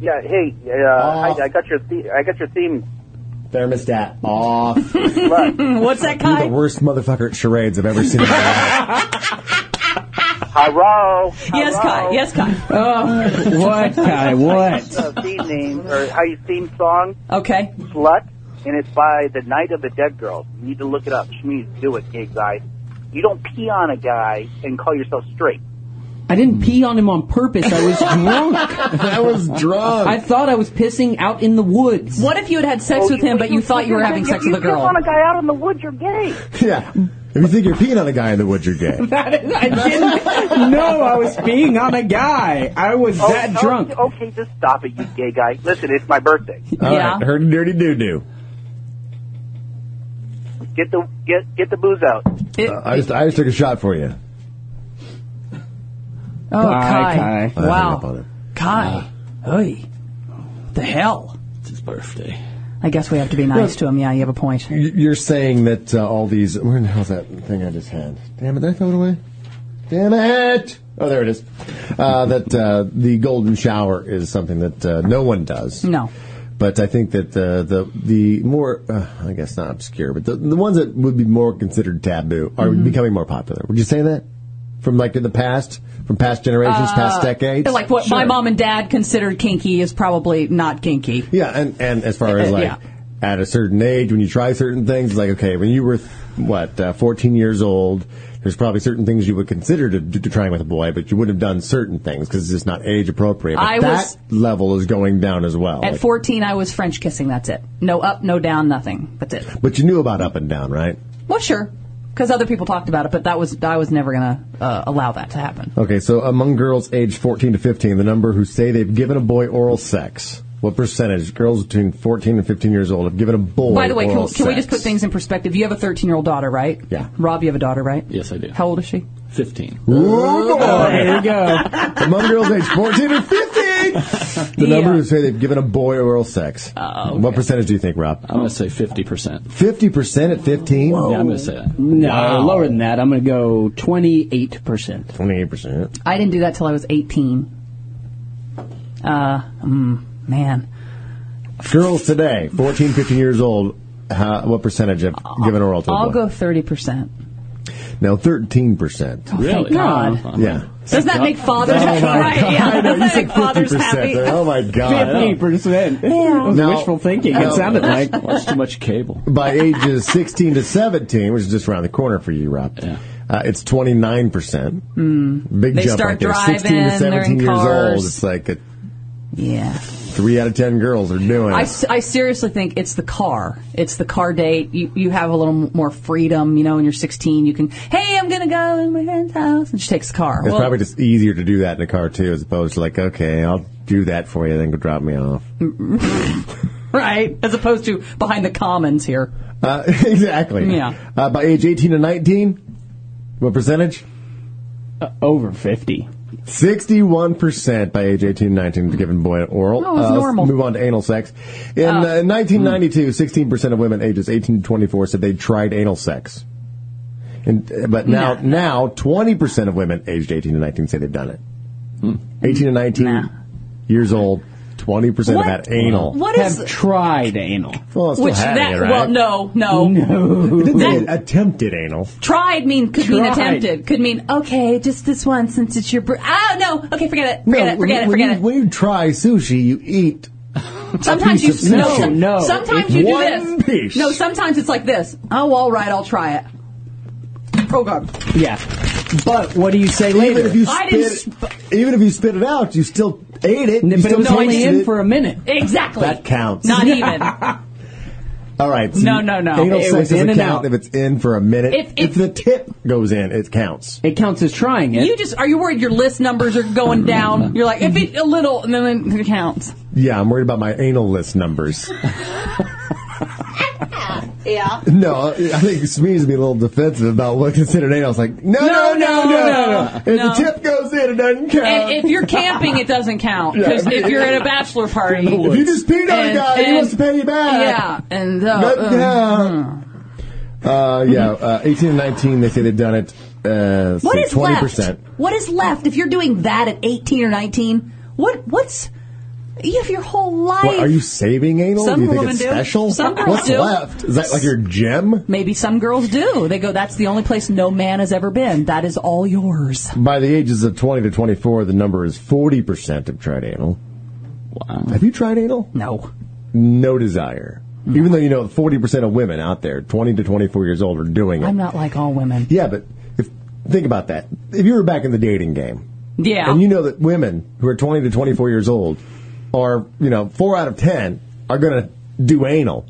[SPEAKER 7] Yeah, hey, uh,
[SPEAKER 4] Oh.
[SPEAKER 7] Heidi, I got your the- I got your theme.
[SPEAKER 2] Thermostat off. You're
[SPEAKER 7] Look,
[SPEAKER 4] What's that,
[SPEAKER 2] the
[SPEAKER 4] Kai?
[SPEAKER 2] worst motherfucker at charades I've ever seen. in my life.
[SPEAKER 7] hello.
[SPEAKER 4] Yes, Kai. Yes, Kai.
[SPEAKER 6] Oh, what, Kai? What?
[SPEAKER 7] Uh, theme name or Heidi's theme song,
[SPEAKER 4] Okay.
[SPEAKER 7] Slut, and it's by the Night of the Dead Girls. You need to look it up. Shmeez, do it, gay guy. You don't pee on a guy and call yourself straight.
[SPEAKER 6] I didn't pee on him on purpose. I was drunk.
[SPEAKER 2] I was drunk.
[SPEAKER 6] I thought I was pissing out in the woods.
[SPEAKER 4] What if you had had sex with him, but you thought you were having sex with a girl?
[SPEAKER 7] guy out in the woods, you're gay.
[SPEAKER 2] yeah. If you think you're peeing on a guy in the woods, you're gay.
[SPEAKER 6] That is, I didn't know I was being on a guy. I was
[SPEAKER 7] Oh,
[SPEAKER 6] that
[SPEAKER 7] oh,
[SPEAKER 6] drunk.
[SPEAKER 7] Okay, just stop it, you gay guy. Listen, it's my birthday.
[SPEAKER 2] All
[SPEAKER 4] Yeah.
[SPEAKER 2] right, Heard a dirty doo doo.
[SPEAKER 7] Get the get get the booze out.
[SPEAKER 4] It-
[SPEAKER 2] I just I just took a shot for you.
[SPEAKER 4] oh,
[SPEAKER 6] Kai,
[SPEAKER 4] Kai.
[SPEAKER 2] I hung up on
[SPEAKER 4] Wow.
[SPEAKER 2] it.
[SPEAKER 4] Kai. Hey. The hell?
[SPEAKER 5] It's his birthday.
[SPEAKER 4] I guess we have to be nice to him. Yeah, you have a point.
[SPEAKER 2] Y- You're saying that uh, all these. Where the hell's that thing I just had? Damn it! Did I throw it away? Damn it! Oh, there it is. Uh, that uh, the golden shower is something that uh, no one does.
[SPEAKER 4] No.
[SPEAKER 2] But I think that the the the more uh, I guess not obscure, but the, the ones that would be more considered taboo are
[SPEAKER 4] Mm-hmm.
[SPEAKER 2] becoming more popular. Would you say that from like in the past, from past generations, past decades?
[SPEAKER 4] Uh, Like what my
[SPEAKER 2] Sure.
[SPEAKER 4] mom and dad considered kinky is probably not kinky.
[SPEAKER 2] Yeah, and, and as far as
[SPEAKER 4] Uh,
[SPEAKER 2] like
[SPEAKER 4] yeah.
[SPEAKER 2] at a certain age, when you try certain things, like okay, when you were what uh, fourteen years old, there's probably certain things you would consider to, to, trying with a boy, but you wouldn't have done certain things because it's just not age appropriate. But
[SPEAKER 4] I
[SPEAKER 2] that
[SPEAKER 4] was-
[SPEAKER 2] level is going down as well.
[SPEAKER 4] At
[SPEAKER 2] Like,
[SPEAKER 4] 14, I was French kissing. That's it. No up, no down, nothing. That's it.
[SPEAKER 2] but you knew about up and down, right?
[SPEAKER 4] Well, sure, because other people talked about it, but that was I was never gonna uh, allow that to happen.
[SPEAKER 2] Okay, so among girls aged 14 to 15, the number who say they've given a boy oral sex. What percentage girls between 14 and 15 years old have given a boy?
[SPEAKER 4] By the way, can,
[SPEAKER 2] oral
[SPEAKER 4] can we just
[SPEAKER 2] sex?
[SPEAKER 4] put things in perspective? You have a 13 year old daughter, right?
[SPEAKER 2] Yeah.
[SPEAKER 4] Rob, you have a daughter, right?
[SPEAKER 5] Yes, I do.
[SPEAKER 4] How old is she?
[SPEAKER 5] 15.
[SPEAKER 2] Ooh, boy.
[SPEAKER 6] There you go.
[SPEAKER 2] Among girls aged 14 and 15, the number who say they've given a boy oral sex. What percentage do you think, Rob?
[SPEAKER 5] I'm going to say 50%.
[SPEAKER 2] 50% at 15?
[SPEAKER 5] Yeah, I'm going to say that.
[SPEAKER 6] No, lower than that. I'm going to go 28%.
[SPEAKER 2] 28%.
[SPEAKER 4] I didn't do that till I was 18. Uh, mm, man,
[SPEAKER 2] Girls today, 14, 15 years old, how, what percentage have given oral to a
[SPEAKER 4] I'll
[SPEAKER 2] boy?
[SPEAKER 4] go 30 percent.
[SPEAKER 2] No, 13%.
[SPEAKER 5] Really?
[SPEAKER 4] God.
[SPEAKER 5] Uh-huh.
[SPEAKER 2] Yeah.
[SPEAKER 4] Does that make fathers happy? right? Yeah,
[SPEAKER 2] I know, you
[SPEAKER 4] Does that
[SPEAKER 2] said
[SPEAKER 4] make fathers
[SPEAKER 2] 50%.
[SPEAKER 4] happy?
[SPEAKER 2] there. Oh, my God.
[SPEAKER 6] 50%. It was
[SPEAKER 2] No.
[SPEAKER 6] wishful thinking. It
[SPEAKER 2] No.
[SPEAKER 6] sounded like.
[SPEAKER 5] Watch too much cable.
[SPEAKER 2] by ages 16 to 17, which is just around the corner for you, Rob.
[SPEAKER 5] Yeah.
[SPEAKER 2] Uh, it's 29%. Mm. Big
[SPEAKER 4] Hmm. They
[SPEAKER 2] jump
[SPEAKER 4] start
[SPEAKER 2] right there. 16
[SPEAKER 4] driving,
[SPEAKER 2] to
[SPEAKER 4] they're
[SPEAKER 2] 17
[SPEAKER 4] in
[SPEAKER 2] years
[SPEAKER 4] cars.
[SPEAKER 2] old. It's like a
[SPEAKER 4] Yeah.
[SPEAKER 2] three out of 10 girls are doing
[SPEAKER 4] I,
[SPEAKER 2] it.
[SPEAKER 4] s- I seriously think it's the car. It's the car date. You, you have a little m- more freedom, you know, when you're 16. You can, hey, I'm going to go in my friend's house. And she takes the car.
[SPEAKER 2] It's
[SPEAKER 4] Well,
[SPEAKER 2] probably just easier to do that in a car too, as opposed to like, okay, I'll do that for you, then go drop me off.
[SPEAKER 4] Mm. right. As opposed to behind the commons here.
[SPEAKER 2] Uh, exactly.
[SPEAKER 4] Yeah.
[SPEAKER 2] Uh, by age 18 to 19, what percentage?
[SPEAKER 6] Over 50.
[SPEAKER 2] 61% by age 18 to 19 to given boy oral.
[SPEAKER 4] Oh, it's
[SPEAKER 2] Uh, let's
[SPEAKER 4] normal. Oh.
[SPEAKER 2] Move on to anal sex. In uh, 1992, 16% of women ages 18 to 24 said they tried anal sex. And, uh, but now, now 20% of women aged 18 to 19 say they've done it. 18 to 19 years old, 20%
[SPEAKER 4] What?
[SPEAKER 2] have had anal.
[SPEAKER 4] What is.
[SPEAKER 6] Have tried anal.
[SPEAKER 2] Well, still
[SPEAKER 4] Which
[SPEAKER 2] had
[SPEAKER 4] that
[SPEAKER 2] it, right?
[SPEAKER 4] well no no,
[SPEAKER 2] It didn't say
[SPEAKER 4] That-
[SPEAKER 2] attempted anal.
[SPEAKER 4] tried mean could mean
[SPEAKER 6] Tried.
[SPEAKER 4] attempted could mean okay just this one since it's your br- oh no okay forget it forget
[SPEAKER 2] when
[SPEAKER 4] it forget
[SPEAKER 2] you,
[SPEAKER 4] it forget
[SPEAKER 2] when you,
[SPEAKER 4] it
[SPEAKER 2] When you try sushi, you eat
[SPEAKER 4] Sometimes
[SPEAKER 2] piece
[SPEAKER 4] you
[SPEAKER 2] of
[SPEAKER 4] no,
[SPEAKER 2] sushi.
[SPEAKER 6] No, no,
[SPEAKER 4] Sometimes
[SPEAKER 6] it's
[SPEAKER 4] you do
[SPEAKER 2] one
[SPEAKER 4] this.
[SPEAKER 2] piece.
[SPEAKER 4] No, sometimes it's like this. Oh, all right, I'll try it. Oh God,
[SPEAKER 6] Yeah. But what do you say
[SPEAKER 2] even
[SPEAKER 6] later?
[SPEAKER 2] if you
[SPEAKER 4] I didn't
[SPEAKER 2] spit, even if you spit it out, you still ate it. you
[SPEAKER 6] but it
[SPEAKER 2] still
[SPEAKER 6] was only
[SPEAKER 2] tasted
[SPEAKER 6] in
[SPEAKER 2] it.
[SPEAKER 6] for a minute.
[SPEAKER 4] exactly.
[SPEAKER 2] That counts.
[SPEAKER 4] Not even.
[SPEAKER 2] All right. so
[SPEAKER 4] No, no, no.
[SPEAKER 2] Anal
[SPEAKER 6] It
[SPEAKER 2] sex
[SPEAKER 6] was in
[SPEAKER 2] doesn't
[SPEAKER 6] and
[SPEAKER 2] count
[SPEAKER 6] out.
[SPEAKER 2] if it's in for a minute.
[SPEAKER 4] If- if-
[SPEAKER 2] the tip goes in, it counts.
[SPEAKER 6] It counts as trying it.
[SPEAKER 4] You just are you worried your list numbers are going down? You're like, if it a little, and then it counts.
[SPEAKER 2] Yeah, I'm worried about my anal list numbers.
[SPEAKER 4] Yeah.
[SPEAKER 2] no, I think Smee's would be a little defensive about what considered anal. It's like, no, no, no, no, no. If
[SPEAKER 4] no.
[SPEAKER 2] the tip goes in, it doesn't count.
[SPEAKER 4] And if you're camping, it doesn't count because if you're at a bachelor party,
[SPEAKER 2] If you just peed on a
[SPEAKER 4] And-
[SPEAKER 2] guy, he
[SPEAKER 4] and-
[SPEAKER 2] wants to pay you back.
[SPEAKER 4] yeah, and uh,
[SPEAKER 2] But,
[SPEAKER 4] uh,
[SPEAKER 2] yeah. Uh, yeah, uh, 18 and 19, they say they've done it. Uh,
[SPEAKER 4] What
[SPEAKER 2] say
[SPEAKER 4] is
[SPEAKER 2] 20%.
[SPEAKER 4] left? What is left if you're doing that at 18 or 19? What what's you have your whole life.
[SPEAKER 2] What, are you saving anal? do
[SPEAKER 4] Some
[SPEAKER 2] you think
[SPEAKER 4] women
[SPEAKER 2] it's
[SPEAKER 4] do.
[SPEAKER 2] special?
[SPEAKER 4] Some girls
[SPEAKER 2] What's
[SPEAKER 4] do.
[SPEAKER 2] left? Is that like your gem?
[SPEAKER 4] Maybe some girls do. They go, that's the only place no man has ever been. That is all yours.
[SPEAKER 2] By the ages of 20 to 24, the number is 40% have tried anal. Wow. Have you tried anal?
[SPEAKER 4] No.
[SPEAKER 2] No desire.
[SPEAKER 4] Hmm.
[SPEAKER 2] Even though you know 40% of women out there, 20 to 24 years old, are doing it.
[SPEAKER 4] I'm not like all women.
[SPEAKER 2] yeah, but if think about that. If you were back in the dating game,
[SPEAKER 4] Yeah.
[SPEAKER 2] and you know that women who are 20 to 24 years old are, you know, four out of 10 are going to do anal.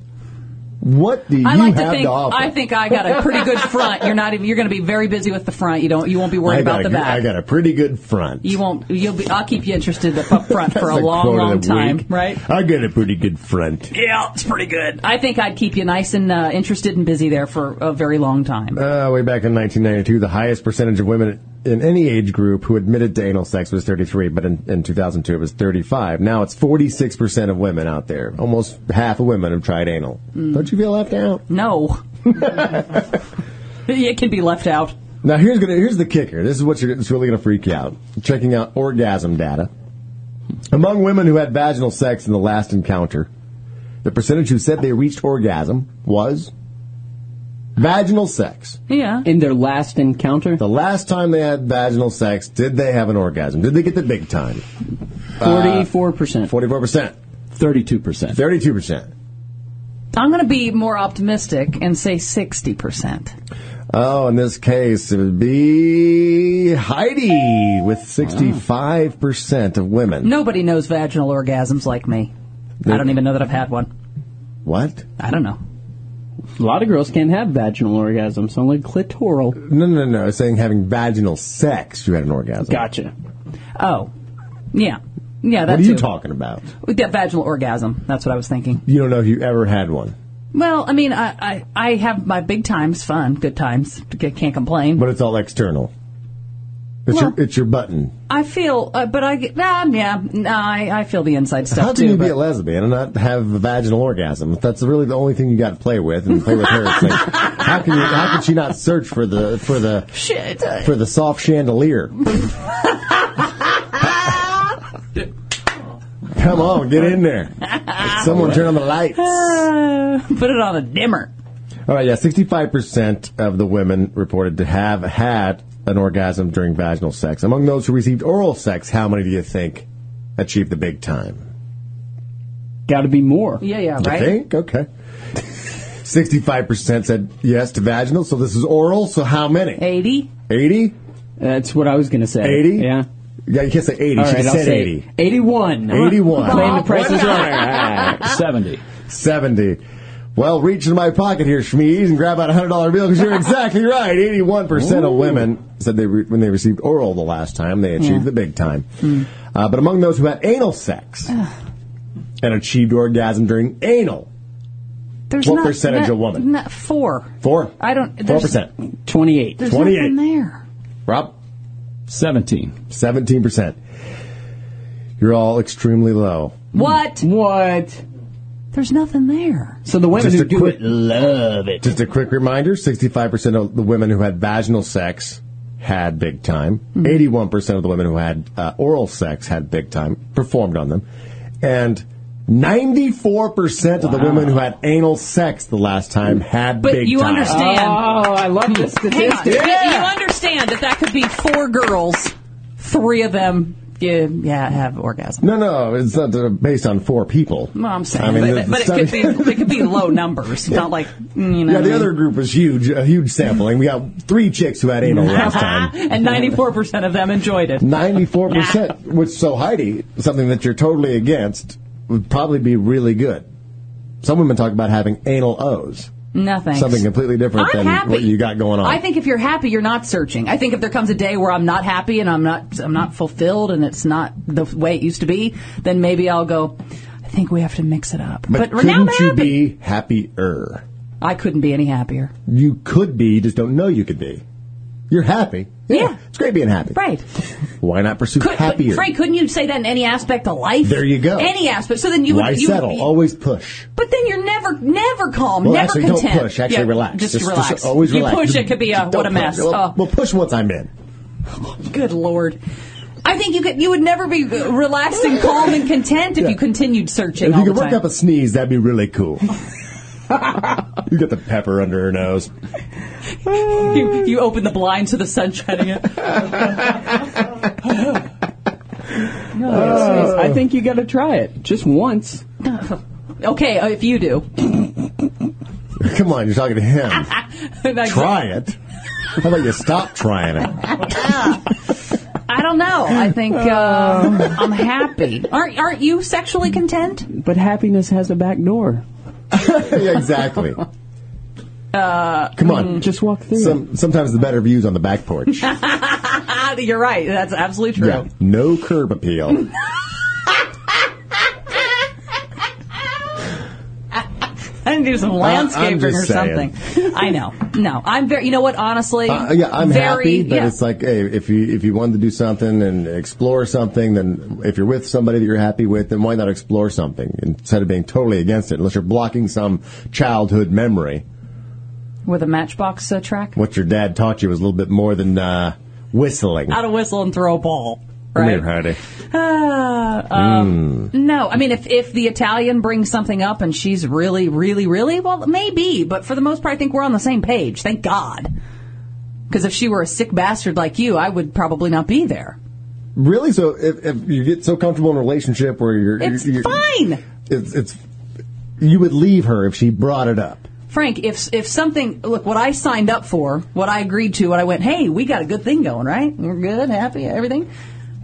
[SPEAKER 2] What do you
[SPEAKER 4] I like
[SPEAKER 2] have
[SPEAKER 4] to think.
[SPEAKER 2] offer?
[SPEAKER 4] I think I got a pretty good front. You're not even. You're going to be very busy with the front. You don't. You won't be worried
[SPEAKER 2] I got
[SPEAKER 4] about the
[SPEAKER 2] a,
[SPEAKER 4] back.
[SPEAKER 2] I got a pretty good front.
[SPEAKER 4] you won't. You'll be. I'll keep you interested up front for a
[SPEAKER 2] That's
[SPEAKER 4] long,
[SPEAKER 2] quote of
[SPEAKER 4] long
[SPEAKER 2] the
[SPEAKER 4] time.
[SPEAKER 2] week.
[SPEAKER 4] Right.
[SPEAKER 2] I got a pretty good front.
[SPEAKER 4] Yeah, it's pretty good. I think I'd keep you nice and uh, interested and busy there for a very long time.
[SPEAKER 2] Uh, way back in 1992, the highest percentage of women in any age group who admitted to anal sex was 33, but in, in 2002 it was 35. Now it's 46% of women out there. Almost half of women have tried anal.
[SPEAKER 4] Mm.
[SPEAKER 2] Don't you feel left out?
[SPEAKER 4] No. it can be left out.
[SPEAKER 2] Now here's gonna here's the kicker. This is what you're, it's really gonna freak you out. Checking out orgasm data among women who had vaginal sex in the last encounter, the percentage who said they reached orgasm was vaginal sex.
[SPEAKER 4] Yeah.
[SPEAKER 6] in their last encounter.
[SPEAKER 2] The last time they had vaginal sex, did they have an orgasm? Did they get the big time?
[SPEAKER 6] Forty-four percent,
[SPEAKER 2] Uh, Forty-four percent,
[SPEAKER 6] thirty-two percent.
[SPEAKER 2] thirty-two percent.
[SPEAKER 4] I'm going to be more optimistic and say 60%.
[SPEAKER 2] Oh, in this case, it would be Heidi with sixty-five percent of women.
[SPEAKER 4] Nobody knows vaginal orgasms like me. I don't even know that I've had one.
[SPEAKER 2] What?
[SPEAKER 4] I don't know.
[SPEAKER 6] A lot of girls can't have vaginal orgasms, only clitoral.
[SPEAKER 2] No, no, no. Saying having vaginal sex, you had an orgasm.
[SPEAKER 6] Gotcha.
[SPEAKER 4] Oh. Yeah. Yeah,
[SPEAKER 2] What
[SPEAKER 4] that's
[SPEAKER 2] are you talking about?
[SPEAKER 4] That vaginal orgasm. That's what I was thinking.
[SPEAKER 2] You don't know if you ever had one,
[SPEAKER 4] Well, I mean, I, I, I have my big times, fun, good times. C- Can't complain.
[SPEAKER 2] but it's all external. It's
[SPEAKER 4] Well-
[SPEAKER 2] your it's your button.
[SPEAKER 4] I feel, uh, but I, get- nah, yeah, nah, I, I feel the inside stuff
[SPEAKER 2] How
[SPEAKER 4] too.
[SPEAKER 2] can you be
[SPEAKER 4] but-
[SPEAKER 2] a lesbian and not have a vaginal orgasm? If that's really the only thing you got to play with, and play with her, it's like, how can you, how can she not search for the for the
[SPEAKER 4] Shit. uh,
[SPEAKER 2] for the soft chandelier? Come on, get in there. Someone turn on the lights.
[SPEAKER 4] Uh, put it on a dimmer.
[SPEAKER 2] All right, yeah, sixty-five percent of the women reported to have had an orgasm during vaginal sex. Among those who received oral sex, how many do you think achieved the big time?
[SPEAKER 6] Got to be more.
[SPEAKER 4] Yeah, yeah,
[SPEAKER 2] You
[SPEAKER 4] right.
[SPEAKER 2] think? Okay. Sixty-five percent said yes to vaginal, so this is oral. So how many?
[SPEAKER 4] 80?
[SPEAKER 2] Eighty?
[SPEAKER 6] That's what I was gonna say.
[SPEAKER 2] Eighty?
[SPEAKER 6] Yeah.
[SPEAKER 2] Yeah, you can't say eighty.
[SPEAKER 6] All
[SPEAKER 2] she
[SPEAKER 6] right, I'll
[SPEAKER 2] said
[SPEAKER 6] say
[SPEAKER 2] eighty.
[SPEAKER 6] eighty-one.
[SPEAKER 2] Eighty-one.
[SPEAKER 6] Playing the Price is Right.
[SPEAKER 5] Seventy.
[SPEAKER 2] 70. Well, reach into my pocket here, Schmeez, and grab out a $100 bill because you're exactly right. 81% of women said they re- when they received oral the last time, they achieved the big time.
[SPEAKER 4] Hmm.
[SPEAKER 2] Uh, but among those who had anal sex and achieved orgasm during anal,
[SPEAKER 4] There's
[SPEAKER 2] What
[SPEAKER 4] not-
[SPEAKER 2] percentage
[SPEAKER 4] not-
[SPEAKER 2] of women?
[SPEAKER 4] Not four.
[SPEAKER 2] 4
[SPEAKER 4] I don't. There's,
[SPEAKER 2] 4%.
[SPEAKER 6] Twenty-eight.
[SPEAKER 4] There's
[SPEAKER 2] 28.
[SPEAKER 4] nothing there.
[SPEAKER 2] Rob,
[SPEAKER 5] Seventeen.
[SPEAKER 2] 17%. You're all extremely low.
[SPEAKER 4] What?
[SPEAKER 6] What?
[SPEAKER 4] There's nothing there.
[SPEAKER 6] So the women
[SPEAKER 2] Just
[SPEAKER 6] who
[SPEAKER 2] a
[SPEAKER 6] do
[SPEAKER 2] quick-
[SPEAKER 6] it love it.
[SPEAKER 2] Just a quick reminder 65% of the women who had vaginal sex had big time.
[SPEAKER 4] Hmm.
[SPEAKER 2] 81% of the women who had uh, oral sex had big time, performed on them. And 94% of the women who had anal sex the last time had
[SPEAKER 4] Hmm. But
[SPEAKER 2] big
[SPEAKER 4] you
[SPEAKER 2] time. Ah.
[SPEAKER 6] Oh,
[SPEAKER 4] understand.
[SPEAKER 6] I love this
[SPEAKER 4] Hang on.
[SPEAKER 6] statistic.
[SPEAKER 2] Yeah.
[SPEAKER 4] You understand that that could be four girls, three of them. Yeah, yeah, have orgasm.
[SPEAKER 2] No, no, it's not uh, based on four people.
[SPEAKER 4] Well, I'm saying,
[SPEAKER 2] I mean,
[SPEAKER 4] but,
[SPEAKER 2] the
[SPEAKER 4] but it
[SPEAKER 2] study-
[SPEAKER 4] could be it could be low numbers. Not like you know.
[SPEAKER 2] yeah, the other group was huge, a huge sampling. We got three chicks who had anal last time.
[SPEAKER 4] and 94 percent of them enjoyed it.
[SPEAKER 2] 94%, which, so Heidi, something that you're totally against, would probably be really good. Some women talk about having anal O's,
[SPEAKER 4] Nothing.
[SPEAKER 2] something completely different
[SPEAKER 4] I'm
[SPEAKER 2] than
[SPEAKER 4] happy.
[SPEAKER 2] what you got going on.
[SPEAKER 4] I think if you're happy, you're not searching. I think if there comes a day where I'm not happy and I'm not I'm not fulfilled and it's not the way it used to be, then maybe I'll go. I think we have to mix it up. But, right now I'm
[SPEAKER 2] couldn't you
[SPEAKER 4] happy.
[SPEAKER 2] be happier?
[SPEAKER 4] I couldn't be any happier.
[SPEAKER 2] You could be, you just don't know you could be. You're happy.
[SPEAKER 4] Yeah.
[SPEAKER 2] It's great being happy.
[SPEAKER 4] Right.
[SPEAKER 2] Why not pursue
[SPEAKER 4] Could, but
[SPEAKER 2] happier?
[SPEAKER 4] Frank, couldn't you say that in any aspect of life?
[SPEAKER 2] There you go.
[SPEAKER 4] Any aspect. So then you would.
[SPEAKER 2] Why
[SPEAKER 4] you would
[SPEAKER 2] settle?
[SPEAKER 4] be-
[SPEAKER 2] Always push.
[SPEAKER 4] But then you're never, never calm,
[SPEAKER 2] Well,
[SPEAKER 4] never
[SPEAKER 2] actually, don't
[SPEAKER 4] content.
[SPEAKER 2] push. Actually, relax.
[SPEAKER 4] Just,
[SPEAKER 2] Just- just
[SPEAKER 4] relax.
[SPEAKER 2] always
[SPEAKER 4] you
[SPEAKER 2] relax.
[SPEAKER 4] push, it could be a
[SPEAKER 2] Don't
[SPEAKER 4] what a
[SPEAKER 2] push.
[SPEAKER 4] mess.
[SPEAKER 2] Well,
[SPEAKER 4] oh,
[SPEAKER 2] well, push once I'm in.
[SPEAKER 4] good lord. I think you could, you would never be uh, relaxed and calm and content if you continued searching
[SPEAKER 2] If
[SPEAKER 4] all
[SPEAKER 2] you could
[SPEAKER 4] the
[SPEAKER 2] work
[SPEAKER 4] time.
[SPEAKER 2] up a sneeze, that'd be really cool. you got the pepper under her nose.
[SPEAKER 4] you, you open the blinds to the sun shining in.
[SPEAKER 2] Uh.
[SPEAKER 6] I think you got to try it just once.
[SPEAKER 4] Okay, uh, if you do.
[SPEAKER 2] Come on, you're talking to him.
[SPEAKER 4] And I-
[SPEAKER 2] Try it. How about you stop trying it?
[SPEAKER 4] I don't know. I think Oh. uh, I'm happy. Aren't aren't you sexually content?
[SPEAKER 6] But happiness has a back door.
[SPEAKER 2] yeah, exactly.
[SPEAKER 4] Uh,
[SPEAKER 2] Come
[SPEAKER 4] mm,
[SPEAKER 2] on.
[SPEAKER 6] Just walk through.
[SPEAKER 2] Some, sometimes the better views on the back porch.
[SPEAKER 4] Ah, you're right. That's absolutely true.
[SPEAKER 2] yeah. No curb appeal.
[SPEAKER 4] I didn't do some landscaping or
[SPEAKER 2] just saying.
[SPEAKER 4] something. I know. No, I'm very. You know what? Honestly,
[SPEAKER 2] Uh, yeah, I'm
[SPEAKER 4] very,
[SPEAKER 2] happy, but
[SPEAKER 4] yeah.
[SPEAKER 2] it's like hey, if you if you wanted to do something and explore something, then if you're with somebody that you're happy with, then why not explore something instead of being totally against it? Unless you're blocking some childhood memory,
[SPEAKER 4] with a matchbox uh, track,
[SPEAKER 2] what your dad taught you was a little bit more than uh, whistling.
[SPEAKER 4] how to whistle and throw a ball.
[SPEAKER 2] Come
[SPEAKER 4] Right.
[SPEAKER 2] here, Heidi.
[SPEAKER 4] Ah, um, No, I mean if if the Italian brings something up and she's really, really, really well, maybe. But for the most part, I think we're on the same page. Thank God. Because if she were a sick bastard like you, I would probably not be there.
[SPEAKER 2] Really? So if, if you get so comfortable in a relationship where you're,
[SPEAKER 4] It's
[SPEAKER 2] you're, you're-
[SPEAKER 4] fine.
[SPEAKER 2] It's it's you would leave her if she brought it up.
[SPEAKER 4] Frank, if if something look what I signed up for, what I agreed to, what I went, hey, we got a good thing going, right? We're good, happy, everything.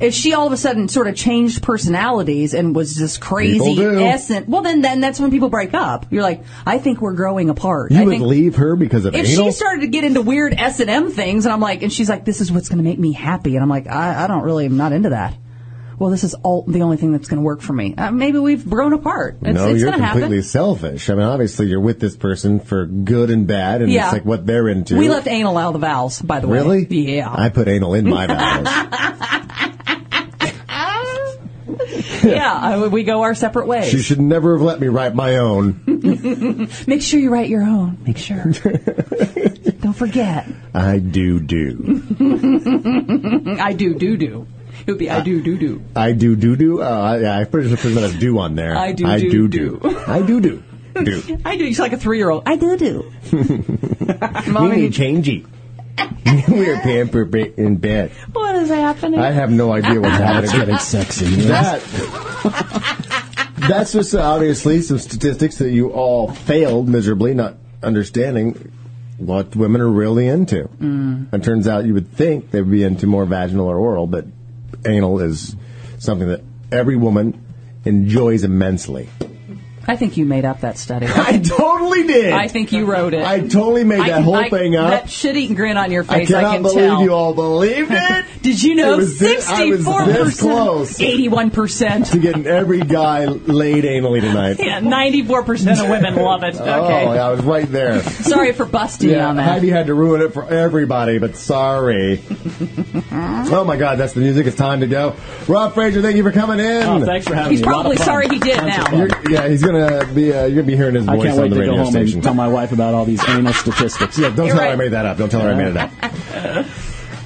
[SPEAKER 4] If she all of a sudden sort of changed personalities and was this
[SPEAKER 2] People
[SPEAKER 4] crazy
[SPEAKER 2] do.
[SPEAKER 4] essence, well, then then that's when people break up. You're like, I think we're growing apart.
[SPEAKER 2] You
[SPEAKER 4] I
[SPEAKER 2] would
[SPEAKER 4] think
[SPEAKER 2] leave her because of
[SPEAKER 4] if
[SPEAKER 2] anal.
[SPEAKER 4] she started to get into weird S and M things, and I'm like, and she's like, this is what's going to make me happy, and I'm like, I, I don't really, I'm not into that. Well, this is all the only thing that's going to work for me. Uh, maybe we've grown apart. It's,
[SPEAKER 2] no,
[SPEAKER 4] it's
[SPEAKER 2] you're
[SPEAKER 4] going to
[SPEAKER 2] completely
[SPEAKER 4] happen.
[SPEAKER 2] selfish. I mean, obviously, you're with this person for good and bad, and
[SPEAKER 4] Yeah.
[SPEAKER 2] it's like what they're into.
[SPEAKER 4] We left anal out of the vowels, by the
[SPEAKER 2] really.
[SPEAKER 4] way. Yeah.
[SPEAKER 2] I put anal in my vowels.
[SPEAKER 4] yeah, I, we go our separate ways.
[SPEAKER 2] she should never have let me write my own.
[SPEAKER 4] Make sure you write your own. Make sure. Don't forget.
[SPEAKER 2] I do do.
[SPEAKER 4] Mm, I do do do. It would be I do do do.
[SPEAKER 2] I do do do. Uh, I, yeah, I pretty much put another do on there.
[SPEAKER 4] I do
[SPEAKER 2] I
[SPEAKER 4] do
[SPEAKER 2] do
[SPEAKER 4] do.
[SPEAKER 2] I do do. Do.
[SPEAKER 4] I do. She's like a three year old. I do do.
[SPEAKER 2] We
[SPEAKER 4] Mommy,
[SPEAKER 2] need changey. We're pamper ba- in bed.
[SPEAKER 4] what is happening?
[SPEAKER 2] I have no idea what's happening.
[SPEAKER 5] Getting sexy.
[SPEAKER 2] that that's just uh, obviously some statistics that you all failed miserably, not understanding what women are really into. Mm. It turns out you would think they'd be into more vaginal or oral, but anal is something that every woman enjoys immensely.
[SPEAKER 4] I think you made up that study.
[SPEAKER 2] I totally did.
[SPEAKER 4] I think you wrote it.
[SPEAKER 2] I totally made
[SPEAKER 4] I
[SPEAKER 2] that
[SPEAKER 4] can-
[SPEAKER 2] whole
[SPEAKER 4] I-
[SPEAKER 2] thing
[SPEAKER 4] That
[SPEAKER 2] up.
[SPEAKER 4] shit-eating grin on your
[SPEAKER 2] I
[SPEAKER 4] face, I,
[SPEAKER 2] cannot
[SPEAKER 4] can
[SPEAKER 2] believe
[SPEAKER 4] tell.
[SPEAKER 2] you all believed it.
[SPEAKER 4] Did you know
[SPEAKER 2] It was thi- I was
[SPEAKER 4] sixty-four
[SPEAKER 2] this close.
[SPEAKER 4] percent, eighty-one percent,
[SPEAKER 2] to getting every guy laid anally tonight.
[SPEAKER 4] yeah, ninety-four percent of women love it. Okay,
[SPEAKER 2] Oh, yeah, I was right there.
[SPEAKER 4] sorry for busting you on that.
[SPEAKER 2] Heidi had to ruin it for everybody, but sorry. oh my God, that's the music. It's time to go. Rob Fraser, thank you for coming in.
[SPEAKER 5] Oh, thanks for having
[SPEAKER 4] He's
[SPEAKER 5] me. Lot of
[SPEAKER 4] probably
[SPEAKER 5] fun.
[SPEAKER 4] sorry he did
[SPEAKER 5] Tons of
[SPEAKER 4] now.
[SPEAKER 5] fun.
[SPEAKER 2] You're- yeah, he's gonna be. Uh, you're gonna be hearing his
[SPEAKER 5] I
[SPEAKER 2] voice
[SPEAKER 5] can't
[SPEAKER 2] on
[SPEAKER 5] wait
[SPEAKER 2] the
[SPEAKER 5] to go
[SPEAKER 2] radio
[SPEAKER 5] home
[SPEAKER 2] station.
[SPEAKER 5] and tell my wife about all these anal statistics.
[SPEAKER 2] yeah, don't
[SPEAKER 4] You're
[SPEAKER 2] tell her I
[SPEAKER 4] right.
[SPEAKER 2] made that up. Don't tell her I made it up.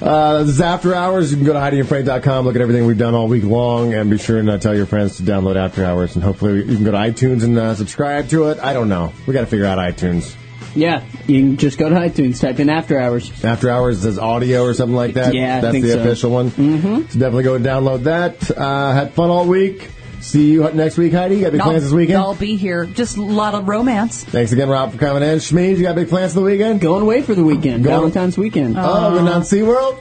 [SPEAKER 2] Uh, this is After Hours. You can go to HeidiandFrank.com, look at everything we've done all week long, and be sure and uh, tell your friends to download After Hours. And hopefully, you can go to iTunes and uh, subscribe to it. I don't know. We got to figure out iTunes.
[SPEAKER 6] Yeah, you can just go to iTunes, type in After Hours.
[SPEAKER 2] After Hours does audio or something like that.
[SPEAKER 6] Yeah, I
[SPEAKER 2] that's
[SPEAKER 6] think
[SPEAKER 2] the
[SPEAKER 6] so.
[SPEAKER 2] official one. Mm-hmm. So definitely go and download that. Uh, had fun all week. See you next week, Heidi. You got big plans this weekend?
[SPEAKER 4] I'll be here. Just a lot of romance.
[SPEAKER 2] Thanks again, Rob, for coming in. Schmeez, you got big plans for the weekend?
[SPEAKER 4] Uh,
[SPEAKER 6] Going away for the weekend,
[SPEAKER 2] Going-
[SPEAKER 6] Valentine's weekend.
[SPEAKER 2] Oh, going down to SeaWorld?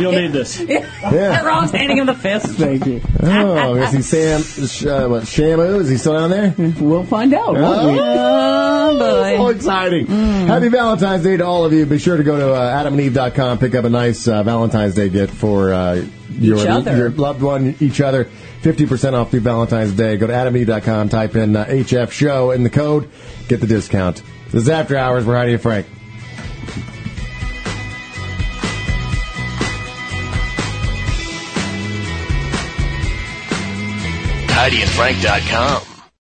[SPEAKER 5] You'll need this.
[SPEAKER 2] Yeah.
[SPEAKER 4] Rob's handing him the fist.
[SPEAKER 6] thank you.
[SPEAKER 2] Oh, I see Sam, sh- uh, what, Shamu? Is he still down there?
[SPEAKER 4] Mm-hmm.
[SPEAKER 6] We'll find out. won't we?
[SPEAKER 4] Oh boy.
[SPEAKER 2] So exciting.
[SPEAKER 4] Mm.
[SPEAKER 2] Happy Valentine's Day to all of you. Be sure to go to uh, adamandeve.com, pick up a nice uh, Valentine's Day gift for uh, your,
[SPEAKER 4] Each other.
[SPEAKER 2] your loved one, each other. 50% off through Valentine's Day. Go to adamandeve.com, type in uh, HF show in the code, get the discount. This is After Hours. We're Heidi and Frank.
[SPEAKER 9] HeidiandFrank.com.